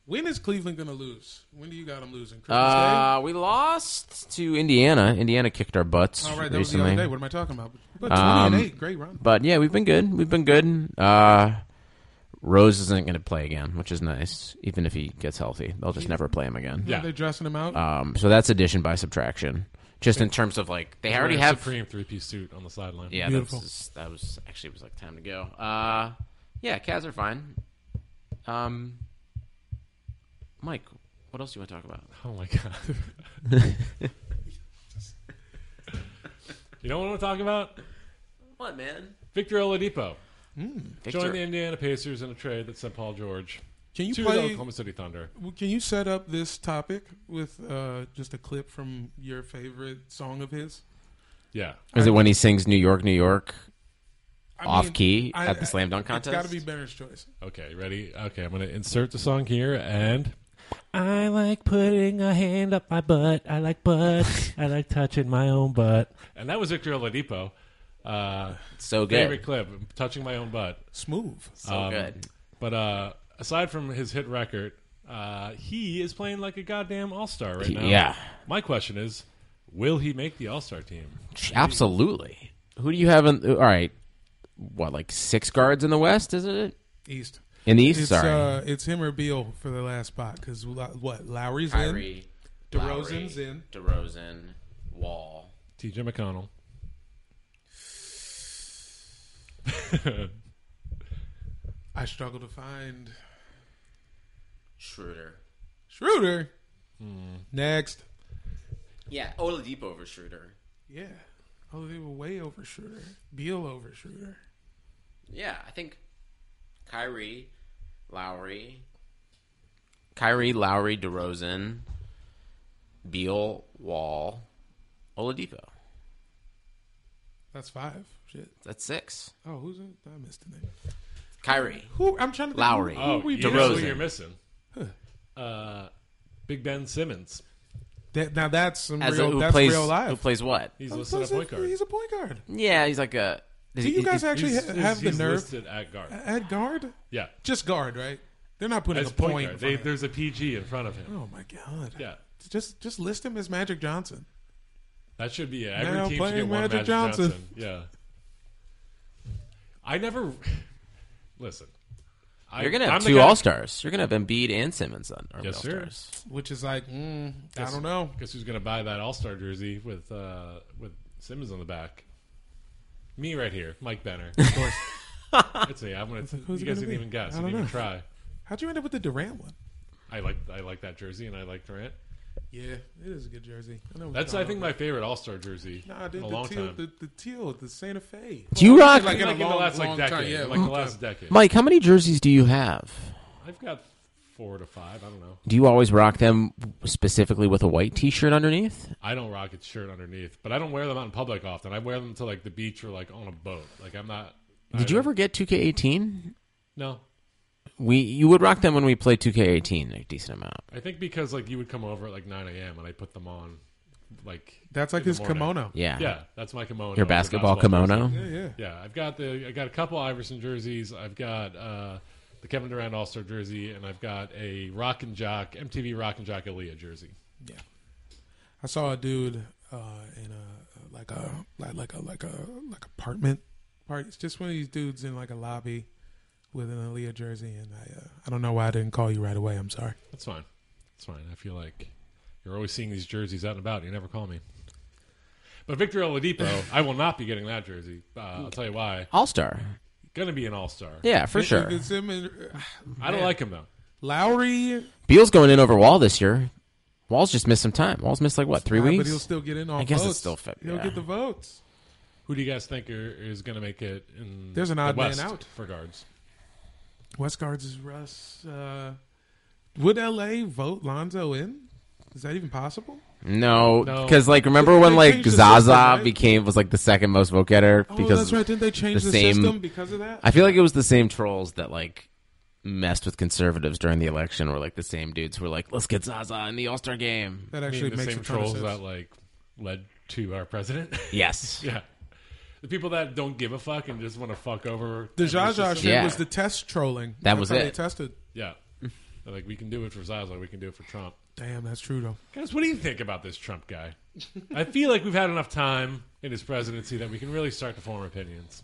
[SPEAKER 1] When is Cleveland gonna lose? When do you got them losing? Christmas
[SPEAKER 2] Uh, we lost to Indiana. Indiana kicked our butts
[SPEAKER 1] Day. All right, that was
[SPEAKER 2] recently.
[SPEAKER 1] the other day. What am I talking about? But twenty
[SPEAKER 2] Um,
[SPEAKER 1] and eight, great run.
[SPEAKER 2] But yeah, we've been good. We've been good. Uh, Rose isn't going to play again, which is nice. Even if he gets healthy, they'll just never play him again.
[SPEAKER 3] Yeah.
[SPEAKER 1] They're dressing him out.
[SPEAKER 2] Um, so that's addition by subtraction. Just in terms of like they already
[SPEAKER 3] Wearing a
[SPEAKER 2] have.
[SPEAKER 3] Supreme three piece suit on the sideline.
[SPEAKER 2] yeah,
[SPEAKER 1] Beautiful.
[SPEAKER 2] That's, that was actually it was like time to go. Uh, yeah, Cavs are fine. Um, Mike, what else do you want to talk about?
[SPEAKER 3] Oh my god. you know what I want to talk about?
[SPEAKER 2] What man?
[SPEAKER 3] Victor Oladipo
[SPEAKER 2] Victor,
[SPEAKER 3] joined the Indiana Pacers in a trade that sent Paul George
[SPEAKER 1] Can you
[SPEAKER 3] to the
[SPEAKER 1] play?
[SPEAKER 3] Oklahoma City Thunder.
[SPEAKER 1] Can you set up this topic with uh, just a clip from your favorite song of his?
[SPEAKER 3] Yeah.
[SPEAKER 2] is it when he sings "New York, New York"
[SPEAKER 1] I
[SPEAKER 2] off
[SPEAKER 1] mean,
[SPEAKER 2] key
[SPEAKER 1] I-
[SPEAKER 2] at the slam dunk
[SPEAKER 1] It's
[SPEAKER 2] contest?
[SPEAKER 1] got to be Banner's choice.
[SPEAKER 3] Okay, ready? Okay, I'm gonna insert the song here and I like putting a hand up my butt. I like butts. I like touching my own butt. And that was Victor Oladipo. Uh,
[SPEAKER 2] so good.
[SPEAKER 3] favorite clip, touching my own butt.
[SPEAKER 1] Smooth.
[SPEAKER 2] so good.
[SPEAKER 3] Um, But uh, aside from his hit record, uh, he is playing like a goddamn all star right now.
[SPEAKER 2] yeah.
[SPEAKER 3] My question is, will he make the all star team?
[SPEAKER 2] Absolutely. Who do you have in? All right, what like six guards in the West? Is it
[SPEAKER 1] East.
[SPEAKER 2] in the East?
[SPEAKER 1] It's,
[SPEAKER 2] sorry,
[SPEAKER 1] uh, it's him or Beal for the last spot because what Lowry's
[SPEAKER 2] Kyrie,
[SPEAKER 1] in, DeRozan's in.
[SPEAKER 2] DeRozan, Wall.
[SPEAKER 3] TJ McConnell.
[SPEAKER 1] I struggle to find
[SPEAKER 2] Schroeder.
[SPEAKER 1] Schroeder.
[SPEAKER 2] Hmm.
[SPEAKER 1] Next,
[SPEAKER 2] Yeah, Oladipo over Schroeder.
[SPEAKER 1] yeah. Oh, they were way over Schroeder. Beal over Schroeder.
[SPEAKER 2] Yeah, I think Kyrie, Lowry, Kyrie, Lowry, DeRozan, Beal, Wall, Oladipo.
[SPEAKER 1] That's five. Shit.
[SPEAKER 2] That's six.
[SPEAKER 1] Oh, who's it? I missed the name.
[SPEAKER 2] Kyrie,
[SPEAKER 1] Who? I'm trying to think
[SPEAKER 2] Lowry.
[SPEAKER 1] Who, who
[SPEAKER 3] Oh,
[SPEAKER 1] we
[SPEAKER 3] you know who
[SPEAKER 2] DeRozan.
[SPEAKER 3] you're missing. Uh, Big Ben Simmons.
[SPEAKER 1] That, now that's some
[SPEAKER 2] as a,
[SPEAKER 1] real.
[SPEAKER 2] who
[SPEAKER 1] that's
[SPEAKER 2] plays
[SPEAKER 1] real life.
[SPEAKER 2] who plays what?
[SPEAKER 3] He's
[SPEAKER 1] Who
[SPEAKER 3] listed at
[SPEAKER 1] plays
[SPEAKER 3] point
[SPEAKER 1] it?
[SPEAKER 3] guard.
[SPEAKER 1] He's a point guard.
[SPEAKER 2] Yeah, he's like a.
[SPEAKER 1] Do you guys actually
[SPEAKER 3] He's-
[SPEAKER 1] ha-
[SPEAKER 3] he's-
[SPEAKER 1] have the
[SPEAKER 3] he's
[SPEAKER 1] nerve
[SPEAKER 3] listed at guard.
[SPEAKER 1] at guard?
[SPEAKER 3] Yeah,
[SPEAKER 1] Just guard, right? They're not putting
[SPEAKER 3] as
[SPEAKER 1] a
[SPEAKER 3] point,
[SPEAKER 1] point.
[SPEAKER 3] guard.
[SPEAKER 1] in
[SPEAKER 3] They,
[SPEAKER 1] front of
[SPEAKER 3] there's a PG in front of
[SPEAKER 1] him.
[SPEAKER 3] him.
[SPEAKER 1] oh my god.
[SPEAKER 3] Yeah,
[SPEAKER 1] Just just list him as Magic Johnson.
[SPEAKER 3] that should be it. Every
[SPEAKER 1] Now
[SPEAKER 3] team should
[SPEAKER 1] playing
[SPEAKER 3] get one
[SPEAKER 1] Magic
[SPEAKER 3] Magic
[SPEAKER 1] Johnson.
[SPEAKER 3] Johnson. Yeah. I never listen. I,
[SPEAKER 2] You're gonna
[SPEAKER 3] I'm
[SPEAKER 2] have
[SPEAKER 3] the
[SPEAKER 2] two
[SPEAKER 3] guy-
[SPEAKER 2] All Stars. You're gonna have Embiid and Simmons on are
[SPEAKER 3] Yes,
[SPEAKER 2] All
[SPEAKER 3] sir.
[SPEAKER 2] Stars.
[SPEAKER 1] Which is like, mm, I don't know.
[SPEAKER 3] Guess who's gonna buy that All Star jersey with uh, with Simmons on the back? Me right here, Mike Benner. Of course, it's me. I'm gonna.
[SPEAKER 1] who's it
[SPEAKER 3] you guys
[SPEAKER 1] gonna
[SPEAKER 3] didn't
[SPEAKER 1] be?
[SPEAKER 3] even guess.
[SPEAKER 1] I
[SPEAKER 3] You
[SPEAKER 1] don't
[SPEAKER 3] didn't even
[SPEAKER 1] know.
[SPEAKER 3] try.
[SPEAKER 1] How'd you end up with the Durant one?
[SPEAKER 3] I like I like that jersey, and I like Durant.
[SPEAKER 1] Yeah, it is a good jersey. I know what
[SPEAKER 3] That's
[SPEAKER 1] you're
[SPEAKER 3] I think
[SPEAKER 1] talking
[SPEAKER 3] my favorite All Star jersey
[SPEAKER 1] about. nah,
[SPEAKER 3] in
[SPEAKER 1] dude,
[SPEAKER 3] a
[SPEAKER 1] the,
[SPEAKER 3] long
[SPEAKER 1] teal,
[SPEAKER 3] time.
[SPEAKER 1] The, the teal, the Santa Fe.
[SPEAKER 2] Do you rock,
[SPEAKER 1] Like in
[SPEAKER 3] like
[SPEAKER 1] a
[SPEAKER 3] in the
[SPEAKER 1] long-
[SPEAKER 3] last like
[SPEAKER 1] long time,
[SPEAKER 3] decade,
[SPEAKER 1] yeah,
[SPEAKER 3] like the
[SPEAKER 1] long
[SPEAKER 3] last decade.
[SPEAKER 2] Mike? How many jerseys do you have?
[SPEAKER 3] I've got four to five. I don't know.
[SPEAKER 2] Do you always rock them specifically with a white T-shirt underneath?
[SPEAKER 3] I don't rock a shirt underneath, but I don't wear them out in public often. I wear them to like the beach or like on a boat. Like I'm not. I
[SPEAKER 2] Did you
[SPEAKER 3] don't-
[SPEAKER 2] ever get 2K18?
[SPEAKER 3] No,
[SPEAKER 2] We you would rock them when we played 2K18 a decent amount.
[SPEAKER 3] I think because like you would come over at like 9 a.m. and I put them on. Like
[SPEAKER 1] That's like
[SPEAKER 3] in the
[SPEAKER 1] his
[SPEAKER 3] morning.
[SPEAKER 1] kimono.
[SPEAKER 2] Yeah,
[SPEAKER 3] Yeah, that's my kimono.
[SPEAKER 2] your
[SPEAKER 3] It's a
[SPEAKER 2] basketball,
[SPEAKER 3] jersey.
[SPEAKER 2] kimono.
[SPEAKER 1] Yeah, yeah.
[SPEAKER 3] Yeah, I've got the I got a couple Iverson jerseys. I've got uh, the Kevin Durant All Star jersey, and I've got a Rock and Jock MTV Rock and Jock Aaliyah jersey.
[SPEAKER 1] I saw a dude uh, in a like a like, like a like a like apartment party. It's just one of these dudes in like a lobby with an Aaliyah jersey, and I uh, I don't know why I didn't call you right away. I'm sorry.
[SPEAKER 3] That's fine. That's fine. I feel like you're always seeing these jerseys out and about. You never call me. But Victor Oladipo, I will not be getting that jersey. Uh, I'll tell you why.
[SPEAKER 2] All Star.
[SPEAKER 3] Going to be an All Star.
[SPEAKER 2] Yeah, for
[SPEAKER 1] If-
[SPEAKER 2] sure.
[SPEAKER 1] if it's him and-
[SPEAKER 3] I don't like him though.
[SPEAKER 1] uh, Lowry,
[SPEAKER 2] Beal's going in over Wall this year. Wall's just missed some time. Wall's missed like what three
[SPEAKER 1] Nah, uh, but
[SPEAKER 2] weeks?
[SPEAKER 1] he'll still get in on.
[SPEAKER 2] guess it's
[SPEAKER 1] votes.
[SPEAKER 2] still fit,
[SPEAKER 1] He'll
[SPEAKER 2] yeah.
[SPEAKER 1] get the votes.
[SPEAKER 3] Who do you guys think are, is going to make it? In
[SPEAKER 1] There's an
[SPEAKER 3] the
[SPEAKER 1] odd man
[SPEAKER 3] West
[SPEAKER 1] out.
[SPEAKER 3] for guards.
[SPEAKER 1] West guards is Russ. Uh, would LA vote Lonzo in? Is that even possible?
[SPEAKER 2] No,
[SPEAKER 3] No.
[SPEAKER 2] because like remember
[SPEAKER 1] They-
[SPEAKER 2] when
[SPEAKER 1] they
[SPEAKER 2] like
[SPEAKER 1] changed the
[SPEAKER 2] Zaza
[SPEAKER 1] system, right?
[SPEAKER 2] became was like the second most vote getter
[SPEAKER 1] Oh,
[SPEAKER 2] because
[SPEAKER 1] that's right. Didn't they change
[SPEAKER 2] the
[SPEAKER 1] the,
[SPEAKER 2] same-
[SPEAKER 1] system because of that?
[SPEAKER 2] I feel like it was the same trolls that like messed with conservatives during the election were like the same dudes who were like let's get Zaza in the All Star game.
[SPEAKER 1] that
[SPEAKER 3] I
[SPEAKER 1] actually
[SPEAKER 3] mean, the
[SPEAKER 1] makes
[SPEAKER 3] same
[SPEAKER 1] a ton of
[SPEAKER 3] trolls
[SPEAKER 1] sense.
[SPEAKER 3] that like led to our president.
[SPEAKER 2] Yes,
[SPEAKER 3] yeah, the people that don't give a fuck and just want to fuck over
[SPEAKER 1] The
[SPEAKER 3] every
[SPEAKER 1] Zsa Zsa
[SPEAKER 3] system.
[SPEAKER 1] shit
[SPEAKER 2] Yeah.
[SPEAKER 1] was the test trolling.
[SPEAKER 2] That
[SPEAKER 1] That's
[SPEAKER 2] was
[SPEAKER 1] how They
[SPEAKER 2] it.
[SPEAKER 1] tested.
[SPEAKER 3] Yeah, They're like we can do it for Zaza, we can do it for Trump.
[SPEAKER 1] Damn, that's true though.
[SPEAKER 3] Guys, what do you think about this Trump guy? I feel like we've had enough time in his presidency that we can really start to form opinions.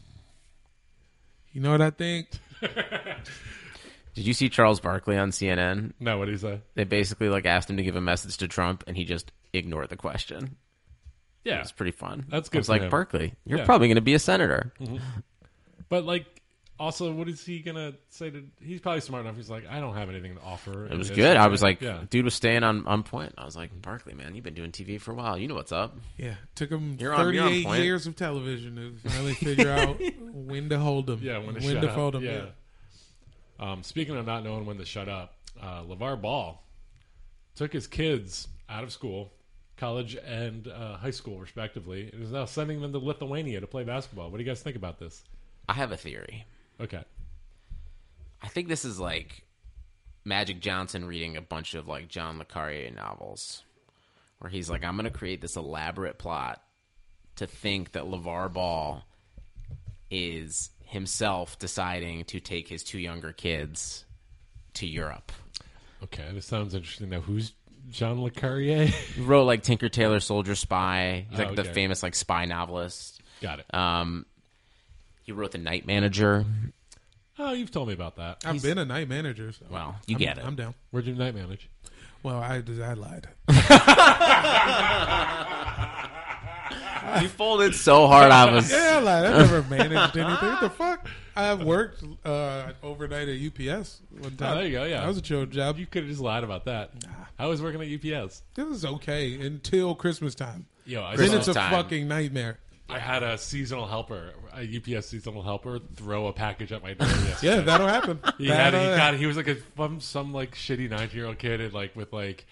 [SPEAKER 1] You know what I think?
[SPEAKER 2] Did you see Charles Barkley on CNN?
[SPEAKER 3] No, what do you say?
[SPEAKER 2] They basically like asked him to give a message to Trump, and he just ignored the question.
[SPEAKER 3] Yeah,
[SPEAKER 2] It's pretty fun.
[SPEAKER 3] That's
[SPEAKER 2] I
[SPEAKER 3] good
[SPEAKER 2] was
[SPEAKER 3] for
[SPEAKER 2] like
[SPEAKER 3] him.
[SPEAKER 2] Barkley, you're
[SPEAKER 3] Yeah.
[SPEAKER 2] probably going to be a senator.
[SPEAKER 3] but like, also, what is he gonna say to? He's probably smart enough. He's like, I don't have anything to offer.
[SPEAKER 2] It was good. I was like,
[SPEAKER 3] yeah.
[SPEAKER 2] dude was staying on on point. I was like, Barkley, man, you've been doing TV for a while. You know what's up.
[SPEAKER 1] Yeah, took them
[SPEAKER 2] You're on- you're on
[SPEAKER 1] 38
[SPEAKER 2] point.
[SPEAKER 1] years of television to finally figure out when to hold them.
[SPEAKER 3] Yeah, when to
[SPEAKER 1] when
[SPEAKER 3] shut
[SPEAKER 1] to
[SPEAKER 3] up.
[SPEAKER 1] fold them.
[SPEAKER 3] yeah. Um, speaking of not knowing when to shut up, uh, LeVar Ball took his kids out of school, college and uh, high school respectively, and is now sending them to Lithuania to play basketball. What do you guys think about this?
[SPEAKER 2] I have a theory.
[SPEAKER 3] Okay.
[SPEAKER 2] I think this is like Magic Johnson reading a bunch of like John Le Carre novels, where he's like, "I'm going to create this elaborate plot to think that LeVar Ball is himself deciding to take his two younger kids to Europe."
[SPEAKER 3] Okay, this sounds interesting. Now, who's John Le Carrier?
[SPEAKER 2] He wrote like Tinker Tailor Soldier Spy. He's like
[SPEAKER 3] Oh,
[SPEAKER 2] the
[SPEAKER 3] okay.
[SPEAKER 2] famous like spy novelist.
[SPEAKER 3] Got it.
[SPEAKER 2] Um, he wrote The Night Manager.
[SPEAKER 3] oh, you've told me about that.
[SPEAKER 1] I've been a night manager. So
[SPEAKER 2] Well, you
[SPEAKER 1] I'm,
[SPEAKER 2] get it.
[SPEAKER 1] I'm down.
[SPEAKER 3] Where'd you night manage?
[SPEAKER 1] Well, I I lied.
[SPEAKER 2] you folded so hard. I was.
[SPEAKER 1] Yeah, I lied. I never managed anything. What the fuck? I've worked uh, overnight at UPS one time.
[SPEAKER 3] there you go, yeah.
[SPEAKER 1] that was a chill job.
[SPEAKER 3] Oh, You could have just lied about that. I was working at UPS.
[SPEAKER 1] This is okay until Christmas time.
[SPEAKER 3] Yo, I
[SPEAKER 1] Then
[SPEAKER 3] saw-
[SPEAKER 1] it's a
[SPEAKER 2] time.
[SPEAKER 1] fucking nightmare.
[SPEAKER 3] I had a seasonal helper, a UPS seasonal helper, throw a package at my door. Yesterday.
[SPEAKER 1] Yeah, that'll happen.
[SPEAKER 3] He had
[SPEAKER 1] That'll
[SPEAKER 3] he
[SPEAKER 1] happen.
[SPEAKER 3] got he was like a some, some like shitty nineteen year old kid and like with like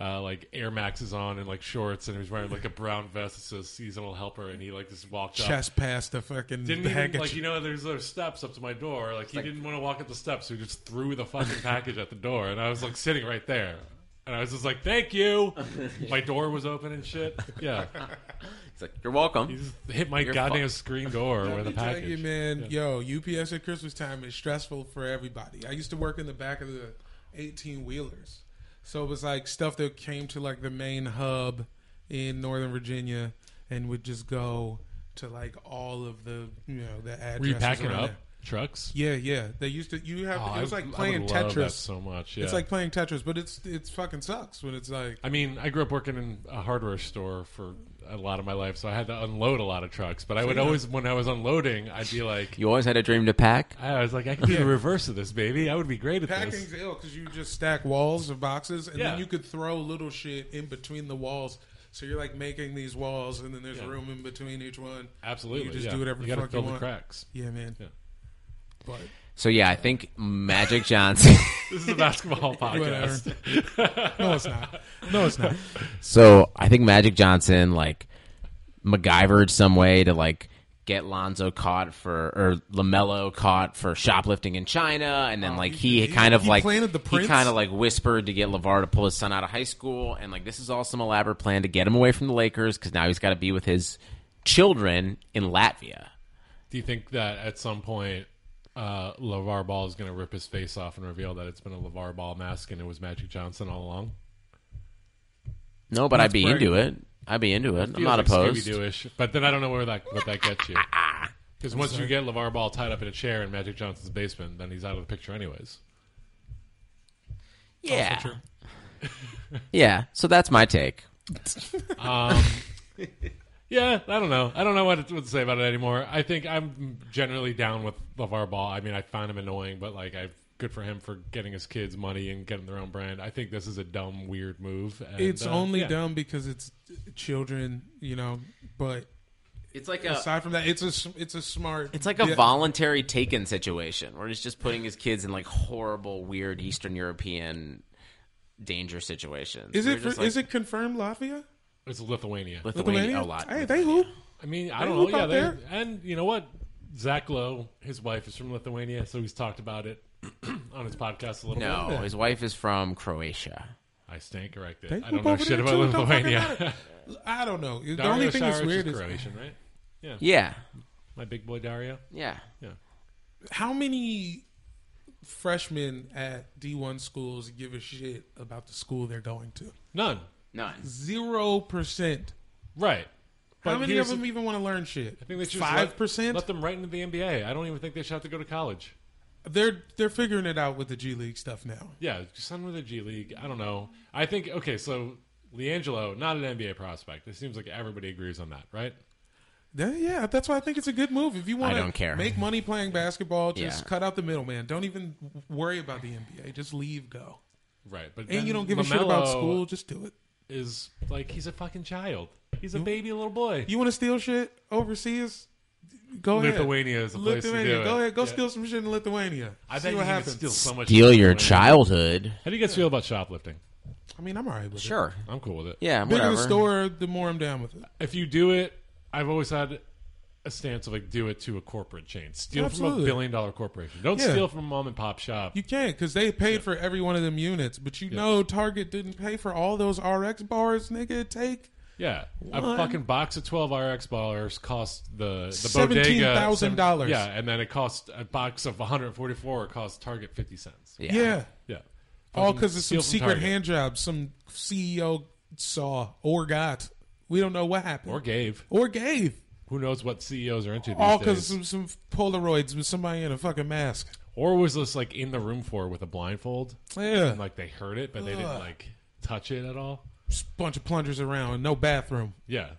[SPEAKER 3] uh, like Air Maxes on and like shorts and he was wearing like a brown vest that says seasonal helper and he like just walked up.
[SPEAKER 1] chest past the fucking
[SPEAKER 3] Didn't
[SPEAKER 1] the
[SPEAKER 3] even,
[SPEAKER 1] handkerchief.
[SPEAKER 3] like you know there's those steps up to my door. Like he didn't want to walk up the steps, so he just threw the fucking package at the door and I was like sitting right there. And I was just like, Thank you. My door was open and shit. Yeah.
[SPEAKER 2] He's like, "You're welcome."
[SPEAKER 3] He just hit my
[SPEAKER 2] You're
[SPEAKER 3] goddamn
[SPEAKER 2] fucked.
[SPEAKER 3] screen door
[SPEAKER 1] Let
[SPEAKER 3] with a
[SPEAKER 1] me tell you,
[SPEAKER 3] package.
[SPEAKER 1] man, yo, UPS at Christmas time is stressful for everybody. I used to work in the back of the eighteen wheelers, so it was like stuff that came to like the main hub in Northern Virginia and would just go to like all of the you know the addresses.
[SPEAKER 3] Were you packing
[SPEAKER 1] around
[SPEAKER 3] up
[SPEAKER 1] there.
[SPEAKER 3] trucks?
[SPEAKER 1] Yeah, yeah. They used to. You have.
[SPEAKER 3] Oh,
[SPEAKER 1] it was
[SPEAKER 3] I-
[SPEAKER 1] like
[SPEAKER 3] I
[SPEAKER 1] playing
[SPEAKER 3] would love that
[SPEAKER 1] Tetris.
[SPEAKER 3] so much. Yeah.
[SPEAKER 1] It's like playing Tetris, but it's it's fucking sucks when it's like
[SPEAKER 3] I mean, I grew up working in a hardware store for a lot of my life, so I had to unload a lot of trucks. But I would always, when I was unloading, I'd be like,
[SPEAKER 2] You always had a dream to pack.
[SPEAKER 3] I was like, I could do the reverse of this, baby. I would be great at
[SPEAKER 1] Packing's
[SPEAKER 3] this.
[SPEAKER 1] ill because you just stack walls of boxes, and
[SPEAKER 3] Yeah.
[SPEAKER 1] then you could throw little shit in between the walls. So you're like making these walls, and then there's room in between each one.
[SPEAKER 3] Absolutely,
[SPEAKER 1] You just
[SPEAKER 3] yeah.
[SPEAKER 1] do whatever
[SPEAKER 3] You
[SPEAKER 1] the
[SPEAKER 3] gotta
[SPEAKER 1] fuck
[SPEAKER 3] fill
[SPEAKER 1] you
[SPEAKER 3] the
[SPEAKER 1] want.
[SPEAKER 3] cracks.
[SPEAKER 1] Yeah, man.
[SPEAKER 3] Yeah.
[SPEAKER 1] But
[SPEAKER 2] So yeah, I think Magic Johnson.
[SPEAKER 3] This is a basketball podcast.
[SPEAKER 1] no, it's not. No, it's not.
[SPEAKER 2] so I think Magic Johnson like MacGyvered some way to like get Lonzo caught for or Lamelo caught for shoplifting in China, and then like he,
[SPEAKER 1] Oh, he-
[SPEAKER 2] kind of
[SPEAKER 1] he
[SPEAKER 2] like
[SPEAKER 1] planted the
[SPEAKER 2] he
[SPEAKER 1] prince?
[SPEAKER 2] kind of like whispered to get Levar to pull his son out of high school, and like this is all some elaborate plan to get him away from the Lakers because now he's got to be with his children in Latvia.
[SPEAKER 3] do you think that at some point, uh, LeVar Ball is going to rip his face off and reveal that it's been a LeVar Ball mask and it was Magic Johnson all along?
[SPEAKER 2] No, but I'd be
[SPEAKER 1] great.
[SPEAKER 2] into it. I'd be into it. I'm not
[SPEAKER 3] Feels like
[SPEAKER 2] opposed.
[SPEAKER 3] Scooby-Doo-ish, but then I don't know where that what that gets you. Because once you get LeVar Ball tied up in a chair in Magic Johnson's basement, then he's out of the picture anyways.
[SPEAKER 2] Yeah. yeah. So that's my take.
[SPEAKER 3] Yeah, I don't know. I don't know what to, what to say about it anymore. I think I'm generally down with LeVar Ball. I mean, I find him annoying, but like, I good for him for getting his kids money and getting their own brand. I think this is a dumb, weird move. And,
[SPEAKER 1] It's
[SPEAKER 3] uh,
[SPEAKER 1] only
[SPEAKER 3] yeah.
[SPEAKER 1] dumb because it's children, you know. But
[SPEAKER 2] It's like a
[SPEAKER 1] aside from that, it's a s- it's a smart.
[SPEAKER 2] it's like a
[SPEAKER 1] yeah,
[SPEAKER 2] voluntary taken situation where he's just putting his kids in like horrible, weird Eastern European danger situations.
[SPEAKER 1] Is
[SPEAKER 2] We
[SPEAKER 1] it
[SPEAKER 2] were
[SPEAKER 1] for,
[SPEAKER 2] just like,
[SPEAKER 1] is it confirmed Latvia?
[SPEAKER 3] It's Lithuania.
[SPEAKER 2] Lithuania? A lot.
[SPEAKER 1] Hey, they who?
[SPEAKER 3] I mean, I
[SPEAKER 1] They
[SPEAKER 3] don't
[SPEAKER 1] hoop
[SPEAKER 3] know. Yeah,
[SPEAKER 1] out
[SPEAKER 3] they,
[SPEAKER 1] there.
[SPEAKER 3] and you know what? Zach Lowe, his wife is from Lithuania, so he's talked about it on his podcast a little bit.
[SPEAKER 2] No, his wife is from Croatia.
[SPEAKER 3] I stand corrected.
[SPEAKER 1] They
[SPEAKER 3] I
[SPEAKER 1] hoop
[SPEAKER 3] don't know
[SPEAKER 1] over
[SPEAKER 3] shit
[SPEAKER 1] there,
[SPEAKER 3] about
[SPEAKER 1] too. Don't fucking
[SPEAKER 3] Lithuania.
[SPEAKER 1] I don't know. The
[SPEAKER 3] Dario
[SPEAKER 1] only thing that's
[SPEAKER 3] Saric
[SPEAKER 1] weird
[SPEAKER 3] is
[SPEAKER 1] is
[SPEAKER 3] Croatian, right? Yeah.
[SPEAKER 2] Yeah,
[SPEAKER 3] my big boy Dario.
[SPEAKER 2] yeah.
[SPEAKER 3] Yeah,
[SPEAKER 1] how many freshmen at D1 schools give a shit about the school they're going to?
[SPEAKER 3] none.
[SPEAKER 2] None.
[SPEAKER 1] Zero percent.
[SPEAKER 3] Right.
[SPEAKER 1] How
[SPEAKER 3] But
[SPEAKER 1] many of
[SPEAKER 3] here's-
[SPEAKER 1] them even want to learn shit?
[SPEAKER 3] I think they should just let-
[SPEAKER 1] Five percent.
[SPEAKER 3] Let them right into the NBA. I don't even think they should have to go to college.
[SPEAKER 1] They're they're figuring it out with the G League stuff now.
[SPEAKER 3] Yeah, just send them to the G League. I don't know. I think okay. So Leangelo, not an NBA prospect. It seems like everybody agrees on that, right?
[SPEAKER 1] Then, yeah, that's why I think it's a good move. If you want
[SPEAKER 2] don't care.
[SPEAKER 1] to make money playing basketball, just
[SPEAKER 2] Yeah.
[SPEAKER 1] cut out the middleman. Don't even worry about the NBA. Just leave, go.
[SPEAKER 3] Right. But
[SPEAKER 1] And
[SPEAKER 3] then
[SPEAKER 1] you don't give a shit about
[SPEAKER 3] LaMelo
[SPEAKER 1] school. Just do it.
[SPEAKER 3] Is like he's a fucking child. He's a baby little boy.
[SPEAKER 1] You want to steal shit overseas? Go ahead.
[SPEAKER 3] Lithuania is the place to
[SPEAKER 1] Lithuania.
[SPEAKER 3] do it.
[SPEAKER 1] Go ahead. Go
[SPEAKER 3] Yeah.
[SPEAKER 1] steal some shit in Lithuania.
[SPEAKER 3] I
[SPEAKER 1] See
[SPEAKER 3] bet
[SPEAKER 1] what
[SPEAKER 3] you can
[SPEAKER 1] happens.
[SPEAKER 3] steal so much.
[SPEAKER 2] Deal
[SPEAKER 3] from
[SPEAKER 2] your
[SPEAKER 3] Lithuania.
[SPEAKER 2] childhood.
[SPEAKER 3] How do you guys feel about shoplifting?
[SPEAKER 1] I mean, I'm alright with it.
[SPEAKER 2] Sure.
[SPEAKER 3] I'm cool with it.
[SPEAKER 2] Yeah.
[SPEAKER 1] Bigger
[SPEAKER 2] Whatever.
[SPEAKER 1] the store, the more I'm down with it.
[SPEAKER 3] If you do it, I've always had a stance of like do it to a corporate chain. Steal from
[SPEAKER 1] Absolutely.
[SPEAKER 3] a billion dollar corporation. Don't
[SPEAKER 1] Yeah.
[SPEAKER 3] steal from a mom and pop shop.
[SPEAKER 1] You can because they paid for every one of them units, but you know Target didn't pay for all those RX bars, nigga. Take
[SPEAKER 3] Yeah, a
[SPEAKER 1] One.
[SPEAKER 3] fucking box of twelve RX bars cost the the bodega
[SPEAKER 1] $17,000.
[SPEAKER 3] Yeah, and then it cost a box of one hundred forty four cost Target fifty cents.
[SPEAKER 1] yeah,
[SPEAKER 3] Yeah,
[SPEAKER 1] all because of some
[SPEAKER 3] steal from
[SPEAKER 1] secret
[SPEAKER 3] Target.
[SPEAKER 1] hand jobs some CEO saw or got. We don't know what happened
[SPEAKER 3] or gave.
[SPEAKER 1] or gave.
[SPEAKER 3] Who knows what CEOs are into these
[SPEAKER 1] All because of
[SPEAKER 3] days?
[SPEAKER 1] some, some Polaroids with somebody in a fucking mask.
[SPEAKER 3] Or was this like in the room for with a blindfold?
[SPEAKER 1] Yeah,
[SPEAKER 3] And like they heard it, but they didn't
[SPEAKER 1] Ugh.
[SPEAKER 3] like touch it at all.
[SPEAKER 1] Just a bunch of plungers around, no bathroom.
[SPEAKER 3] Yeah,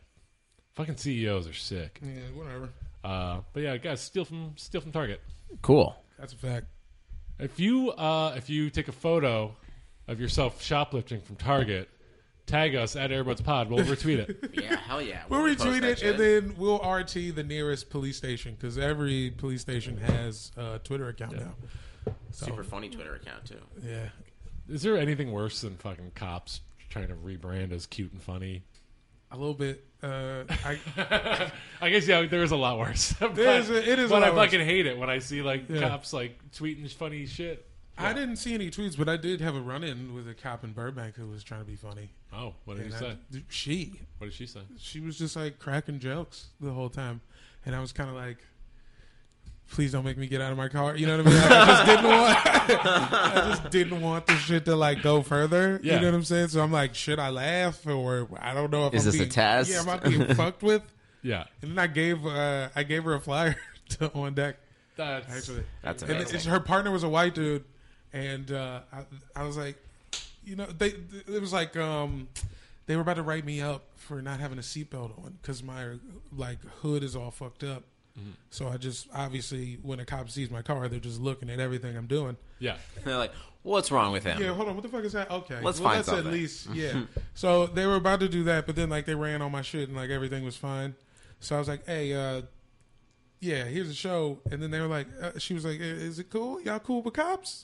[SPEAKER 3] fucking CEOs are sick.
[SPEAKER 1] Yeah, whatever.
[SPEAKER 3] Uh, but yeah, guys, steal from steal from Target.
[SPEAKER 2] Cool.
[SPEAKER 1] That's a fact.
[SPEAKER 3] If you uh, if you take a photo of yourself shoplifting from Target, tag us at Airbuds Pod. We'll retweet it.
[SPEAKER 2] Yeah. Hell yeah.
[SPEAKER 1] We'll retweet it and
[SPEAKER 2] then
[SPEAKER 1] then we'll RT the nearest police station because every police station has a Twitter account now.
[SPEAKER 2] super funny Twitter account too.
[SPEAKER 1] Yeah.
[SPEAKER 3] Is there anything worse than fucking cops trying to rebrand as cute and funny?
[SPEAKER 1] A little bit. Uh, I,
[SPEAKER 3] I guess yeah, there is a lot worse. But-
[SPEAKER 1] is a- it is a
[SPEAKER 3] but I
[SPEAKER 1] lot worse.
[SPEAKER 3] fucking hate it when I see like
[SPEAKER 1] Yeah.
[SPEAKER 3] cops like tweeting funny shit.
[SPEAKER 1] I didn't see any tweets, but I did have a run in with a cop in Burbank who was trying to be funny.
[SPEAKER 3] Oh, what did
[SPEAKER 1] And
[SPEAKER 3] he
[SPEAKER 1] I-
[SPEAKER 3] say?
[SPEAKER 1] she.
[SPEAKER 3] What did she say?
[SPEAKER 1] She was just like cracking jokes the whole time. And I was kind of like, please don't make me get out of my car. You know what I mean? Like, I just didn't want I just didn't want the shit to like go further.
[SPEAKER 3] Yeah.
[SPEAKER 1] You know what I'm saying? So I'm like, should I laugh or I don't know if
[SPEAKER 2] Is
[SPEAKER 1] I'm
[SPEAKER 2] this a
[SPEAKER 1] being-
[SPEAKER 2] test?
[SPEAKER 1] Yeah, am I being fucked with?
[SPEAKER 3] Yeah,
[SPEAKER 1] And then I gave uh, I gave her a flyer to on deck.
[SPEAKER 3] that's
[SPEAKER 1] Actually,
[SPEAKER 2] That's
[SPEAKER 1] and it's,
[SPEAKER 2] amazing.
[SPEAKER 1] her partner was a white dude, and uh, I, I was like, you know, they it was like um, they were about to write me up for not having a seatbelt on because my like hood is all fucked up.
[SPEAKER 2] Mm-hmm.
[SPEAKER 1] So I just obviously when a cop sees my car, they're just looking at everything I'm doing.
[SPEAKER 3] yeah.
[SPEAKER 2] They're like, what's wrong with him?
[SPEAKER 1] Yeah, hold on. What the fuck is that? Okay,
[SPEAKER 2] Let's
[SPEAKER 1] well,
[SPEAKER 2] find
[SPEAKER 1] that's
[SPEAKER 2] something.
[SPEAKER 1] at least yeah. so they were about to do that, but then like they ran on my shit and like everything was fine. So I was like, hey, uh, yeah, here's a show. And then they were like, uh, she was like, is it cool? Y'all cool with cops?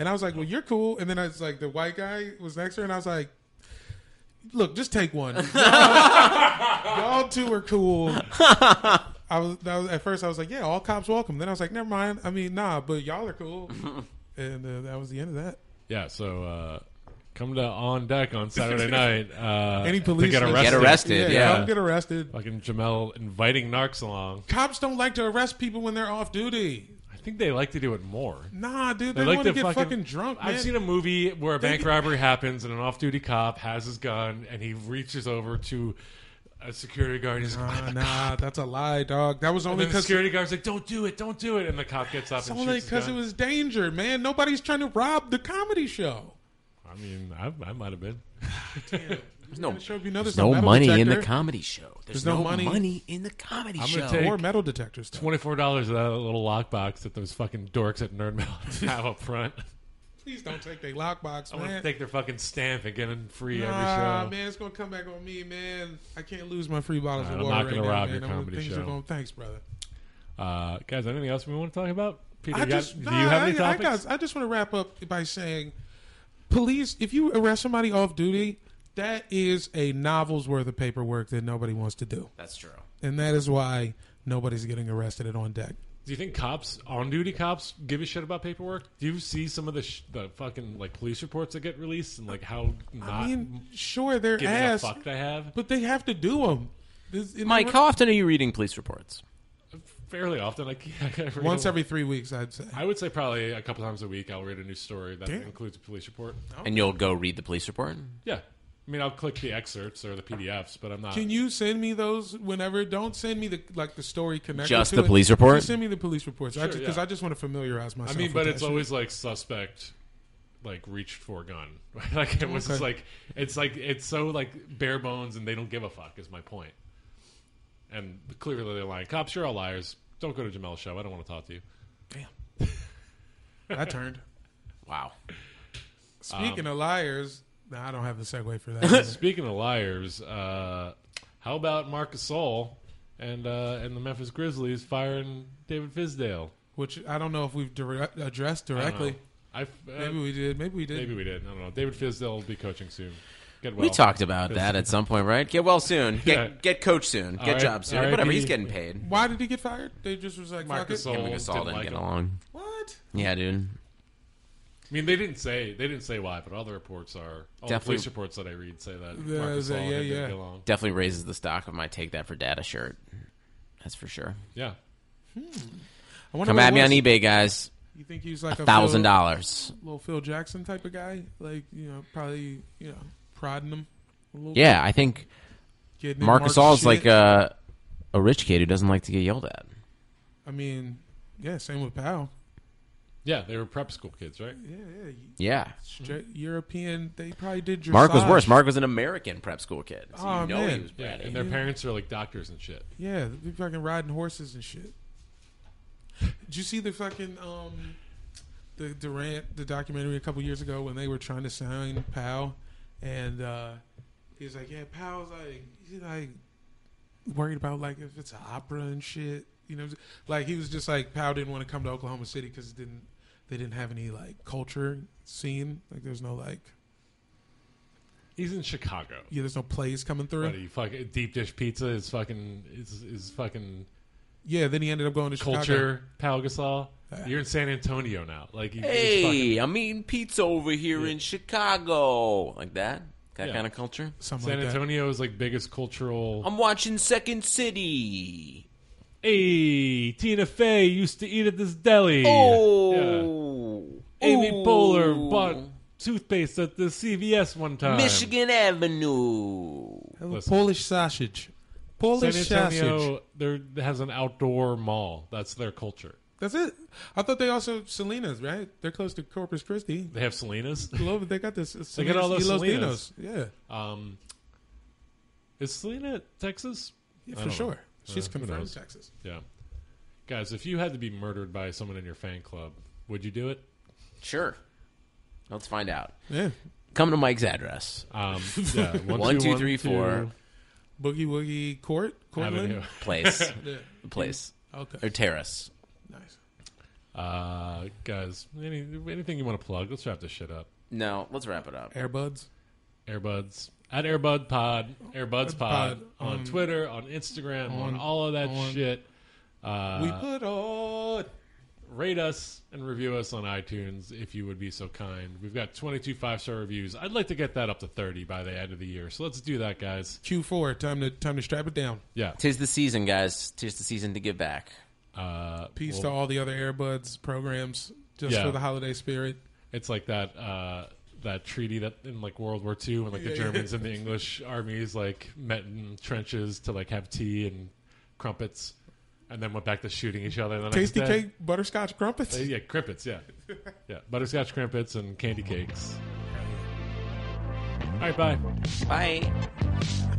[SPEAKER 1] And I was like, well, you're cool. And then I was like, the white guy was next to her, and I was like. Look, just take one. Y'all, y'all two are cool. I was, I was at first. I was like, "Yeah, all cops welcome." Then I was like, "Never mind." I mean, nah, but y'all are cool, and uh, that was the end of that.
[SPEAKER 3] Yeah, so uh, come to on deck on Saturday night. Uh,
[SPEAKER 1] Any police
[SPEAKER 3] to get
[SPEAKER 1] listen-
[SPEAKER 3] arrested.
[SPEAKER 2] Get arrested, yeah.
[SPEAKER 1] Come get arrested.
[SPEAKER 3] Fucking Jamel inviting narcs along.
[SPEAKER 1] Cops don't like to arrest people when they're off duty.
[SPEAKER 3] I think they like to do it more.
[SPEAKER 1] Nah, dude,
[SPEAKER 3] They
[SPEAKER 1] they,
[SPEAKER 3] like
[SPEAKER 1] want to
[SPEAKER 3] to
[SPEAKER 1] get
[SPEAKER 3] fucking-
[SPEAKER 1] fucking, drunk. Man.
[SPEAKER 3] I've seen a movie where a bank
[SPEAKER 1] get-
[SPEAKER 3] robbery happens and an off-duty cop has his gun and he reaches over to a security guard. And he's like,
[SPEAKER 1] Nah, nah, that's a lie, dog. That was
[SPEAKER 3] and
[SPEAKER 1] only
[SPEAKER 3] then the
[SPEAKER 1] because
[SPEAKER 3] security guard's like, "Don't do it, don't do it," and the cop gets up and
[SPEAKER 1] only
[SPEAKER 3] shoots his
[SPEAKER 1] because it
[SPEAKER 3] gun.
[SPEAKER 1] was danger, man. Nobody's trying to rob the comedy show.
[SPEAKER 3] I mean, I, I might have been.
[SPEAKER 2] There's no,
[SPEAKER 1] That show, if you notice,
[SPEAKER 2] there's no
[SPEAKER 1] metal
[SPEAKER 2] money in the
[SPEAKER 1] detector-
[SPEAKER 2] comedy show. There's,
[SPEAKER 1] There's no
[SPEAKER 2] no, money.
[SPEAKER 1] money.
[SPEAKER 2] in the comedy
[SPEAKER 3] I'm
[SPEAKER 2] show.
[SPEAKER 3] gonna take
[SPEAKER 1] or metal detectors. Though.
[SPEAKER 3] Twenty-four dollars of that little lockbox that those fucking dorks at Nerd Mountain have up front.
[SPEAKER 1] Please don't take their lockbox,
[SPEAKER 3] I want to
[SPEAKER 1] man.
[SPEAKER 3] take their fucking stamp and get in free
[SPEAKER 1] Nah,
[SPEAKER 3] every show.
[SPEAKER 1] man, it's gonna come back on me, man. I can't lose my free bottles
[SPEAKER 3] Nah,
[SPEAKER 1] of
[SPEAKER 3] I'm
[SPEAKER 1] water
[SPEAKER 3] not
[SPEAKER 1] right
[SPEAKER 3] gonna
[SPEAKER 1] now,
[SPEAKER 3] rob
[SPEAKER 1] man.
[SPEAKER 3] your
[SPEAKER 1] I'm-
[SPEAKER 3] comedy
[SPEAKER 1] things
[SPEAKER 3] show.
[SPEAKER 1] Are going, thanks, brother.
[SPEAKER 3] Uh, guys, anything else we want to talk about? Peter,
[SPEAKER 1] I
[SPEAKER 3] you got-
[SPEAKER 1] just,
[SPEAKER 3] do
[SPEAKER 1] nah,
[SPEAKER 3] you have any
[SPEAKER 1] I, I
[SPEAKER 3] topics?
[SPEAKER 1] got- I just want to wrap up by saying police, if you arrest somebody off duty, that is a novel's worth of paperwork that nobody wants to do.
[SPEAKER 2] That's true.
[SPEAKER 1] And that is why nobody's getting arrested at on deck.
[SPEAKER 3] Do you think cops, on duty cops, give a shit about paperwork? Do you see some of the sh- the fucking like police reports that get released and like how not
[SPEAKER 1] I mean, sure, their
[SPEAKER 3] giving
[SPEAKER 1] ass,
[SPEAKER 3] a fuck they have?
[SPEAKER 1] but they have to do them.
[SPEAKER 2] Mike, how often are you reading police reports?
[SPEAKER 3] Fairly often, I can't. I read
[SPEAKER 1] once
[SPEAKER 3] a-
[SPEAKER 1] every three weeks, I'd say.
[SPEAKER 3] I would say probably a couple times a week. I'll read a new story that
[SPEAKER 1] Damn.
[SPEAKER 3] includes a police report.
[SPEAKER 2] And you'll go read the police report?
[SPEAKER 3] Yeah, I mean, I'll click the excerpts or the PDFs, but I'm not.
[SPEAKER 1] Can you send me those whenever? Don't send me the like the story connected.
[SPEAKER 2] Just
[SPEAKER 1] to
[SPEAKER 2] the
[SPEAKER 1] it.
[SPEAKER 2] police report?
[SPEAKER 1] Just send me the police reports. Because I,
[SPEAKER 3] Sure,
[SPEAKER 1] ju- 'cause
[SPEAKER 3] yeah.
[SPEAKER 1] I just want to familiarize
[SPEAKER 3] I
[SPEAKER 1] myself.
[SPEAKER 3] mean, but
[SPEAKER 1] with
[SPEAKER 3] it's
[SPEAKER 1] that
[SPEAKER 3] always like suspect, like reached for gun. like it was
[SPEAKER 1] Okay.
[SPEAKER 3] just like it's like it's so like bare bones, and they don't give a fuck. Is my point. And clearly they're lying. Cops, you're all liars. Don't go to Jamel's show. I don't want to talk to you.
[SPEAKER 1] shit. Damn. I turned.
[SPEAKER 2] Wow.
[SPEAKER 1] Speaking
[SPEAKER 3] Um,
[SPEAKER 1] of liars, nah, I don't have the segue for that.
[SPEAKER 3] Speaking of liars, uh, how about Marcus Sol and uh, and the Memphis Grizzlies firing David Fizdale?
[SPEAKER 1] which I don't know if we've dire- addressed
[SPEAKER 3] I don't
[SPEAKER 1] directly.
[SPEAKER 3] know. I, uh,
[SPEAKER 1] Maybe
[SPEAKER 3] maybe,
[SPEAKER 1] we did. Maybe we
[SPEAKER 3] we,
[SPEAKER 1] did.
[SPEAKER 3] did. I don't know. David Fizdale will be coaching soon. Get well.
[SPEAKER 2] We talked about that at some point, right? Get well soon. Get
[SPEAKER 3] Yeah.
[SPEAKER 2] get coach soon. Get
[SPEAKER 3] right.
[SPEAKER 2] job soon.
[SPEAKER 3] All right,
[SPEAKER 2] Whatever.
[SPEAKER 3] he-
[SPEAKER 2] He's getting paid.
[SPEAKER 1] Why did he get fired? They just was like, fuck
[SPEAKER 3] Marcus
[SPEAKER 1] it.
[SPEAKER 3] Sol
[SPEAKER 2] Him and
[SPEAKER 3] didn't
[SPEAKER 2] Gasol didn't,
[SPEAKER 3] like
[SPEAKER 2] get
[SPEAKER 3] him.
[SPEAKER 2] along.
[SPEAKER 1] What?
[SPEAKER 2] Yeah, dude.
[SPEAKER 3] I mean, they didn't say they didn't say why, but all the reports are all the
[SPEAKER 2] Definitely-
[SPEAKER 3] police reports that I read say that
[SPEAKER 1] Yeah,
[SPEAKER 3] Marcus
[SPEAKER 1] they-
[SPEAKER 3] Sol
[SPEAKER 1] yeah,
[SPEAKER 3] yeah,
[SPEAKER 1] yeah.
[SPEAKER 3] yeah. get along.
[SPEAKER 2] Definitely raises the stock of my take that for data shirt. That's for sure.
[SPEAKER 3] Yeah,
[SPEAKER 1] I wonder
[SPEAKER 2] Come
[SPEAKER 1] what
[SPEAKER 2] at
[SPEAKER 1] it
[SPEAKER 2] me on
[SPEAKER 1] was.
[SPEAKER 2] eBay, guys.
[SPEAKER 1] You think he was like a
[SPEAKER 2] Thousand
[SPEAKER 1] Phil-
[SPEAKER 2] dollars.
[SPEAKER 1] little Phil Jackson type of guy, like you know, probably you know, prodding him. A little
[SPEAKER 2] Yeah, I think
[SPEAKER 1] getting in
[SPEAKER 2] Marcus All's
[SPEAKER 1] shit.
[SPEAKER 2] like uh, a a rich kid who doesn't like to get yelled at.
[SPEAKER 1] I mean, yeah, same with Powell.
[SPEAKER 3] yeah, they were prep school kids, right?
[SPEAKER 1] Yeah, yeah, you-
[SPEAKER 3] Hmm.
[SPEAKER 2] Yeah.
[SPEAKER 1] straight European. They probably did. Dressage.
[SPEAKER 2] Mark was worse. Mark was an American prep school kid. So
[SPEAKER 1] Aw,
[SPEAKER 2] you know
[SPEAKER 1] man.
[SPEAKER 2] he was
[SPEAKER 3] Yeah,
[SPEAKER 2] bratty.
[SPEAKER 3] and their parents are like doctors and shit.
[SPEAKER 1] Yeah, they be fucking riding horses and shit. Did you see the fucking um, the Durant the documentary a couple years ago when they were trying to sign Powell, and uh, he was like, "Yeah, Powell's like he's like worried about like if it's an opera and shit." You know, like he was just like Powell didn't want to come to Oklahoma City because didn't they didn't have any like culture scene like there's no like
[SPEAKER 3] He's in Chicago.
[SPEAKER 1] yeah there's no plays coming through
[SPEAKER 3] Buddy, fucking deep dish pizza is fucking is is fucking
[SPEAKER 1] yeah then he ended up going to Chicago.
[SPEAKER 3] culture. Pau Gasol, you're in San Antonio now. Like, you, it's
[SPEAKER 2] Hey, I'm eating pizza over here
[SPEAKER 3] Yeah.
[SPEAKER 2] in Chicago. Like that? That
[SPEAKER 3] Yeah.
[SPEAKER 2] kind of culture?
[SPEAKER 1] something
[SPEAKER 3] fucking, San
[SPEAKER 1] like that.
[SPEAKER 3] Antonio is like biggest cultural.
[SPEAKER 2] I'm watching Second City.
[SPEAKER 3] hey, Tina Fey used to eat at this deli. Yeah.
[SPEAKER 2] Oh.
[SPEAKER 3] Amy
[SPEAKER 2] Ooh.
[SPEAKER 3] Poehler uh, bought toothpaste at the CVS one time.
[SPEAKER 2] Michigan Avenue.
[SPEAKER 1] Hello,
[SPEAKER 3] Listen.
[SPEAKER 1] Polish sausage.
[SPEAKER 3] San
[SPEAKER 1] Polish sausage.
[SPEAKER 3] Antonio there has an outdoor mall. That's their culture.
[SPEAKER 1] That's it. I thought they also Selena's, right? They're close to Corpus Christi.
[SPEAKER 3] They have Salinas.
[SPEAKER 1] Love they got this. Selena's,
[SPEAKER 3] They got all those
[SPEAKER 1] Los
[SPEAKER 3] Salinas.
[SPEAKER 1] Dinos. Yeah,
[SPEAKER 3] Um, is Selena Texas?
[SPEAKER 1] yeah
[SPEAKER 3] I
[SPEAKER 1] for
[SPEAKER 3] don't
[SPEAKER 1] sure.
[SPEAKER 3] know.
[SPEAKER 1] She's
[SPEAKER 3] Uh, who
[SPEAKER 1] confirmed
[SPEAKER 3] knows?
[SPEAKER 1] Texas.
[SPEAKER 3] Yeah. Guys, if you had to be murdered by someone in your fan club, would you do it?
[SPEAKER 2] Sure. Let's find out.
[SPEAKER 1] Yeah,
[SPEAKER 2] Come to Mike's address.
[SPEAKER 3] Um, yeah,
[SPEAKER 2] One, two, three, four.
[SPEAKER 1] Boogie Woogie Court,
[SPEAKER 3] Avenue.
[SPEAKER 1] Cortland.
[SPEAKER 2] Place.
[SPEAKER 1] Yeah.
[SPEAKER 2] Place.
[SPEAKER 1] Okay,
[SPEAKER 2] Or terrace.
[SPEAKER 1] nice.
[SPEAKER 3] Uh, guys, any, anything you want to plug? Let's wrap this shit up.
[SPEAKER 2] No, let's wrap it up.
[SPEAKER 1] Airbuds.
[SPEAKER 3] Airbuds at Airbud Pod, Airbuds Pod,
[SPEAKER 1] Pod,
[SPEAKER 3] on
[SPEAKER 1] um,
[SPEAKER 3] Twitter, on Instagram, on,
[SPEAKER 1] on-
[SPEAKER 3] all of that
[SPEAKER 1] on-
[SPEAKER 3] shit. Uh,
[SPEAKER 1] we put on.
[SPEAKER 3] rate us and review us on iTunes if you would be so kind. We've got 22 five star reviews. I'd like to get that up to 30 by the end of the year. So let's do that, guys.
[SPEAKER 1] Q4. Time to time to strap it down.
[SPEAKER 3] Yeah.
[SPEAKER 2] Tis the season, guys. Tis the season to give back.
[SPEAKER 3] Uh,
[SPEAKER 1] Peace
[SPEAKER 3] we'll-
[SPEAKER 1] to all the other Airbuds programs, just
[SPEAKER 3] Yeah.
[SPEAKER 1] for the holiday spirit.
[SPEAKER 3] It's like that uh, that treaty that in like World War II, when like the
[SPEAKER 1] Yeah.
[SPEAKER 3] Germans and the English armies like met in trenches to like have tea and crumpets, and then went back to shooting each other. The
[SPEAKER 1] Tasty
[SPEAKER 3] next day.
[SPEAKER 1] cake, butterscotch crumpets.
[SPEAKER 3] Uh, yeah, crimpets. Yeah, yeah, butterscotch crimpets and candy cakes. All right, bye.
[SPEAKER 2] Bye.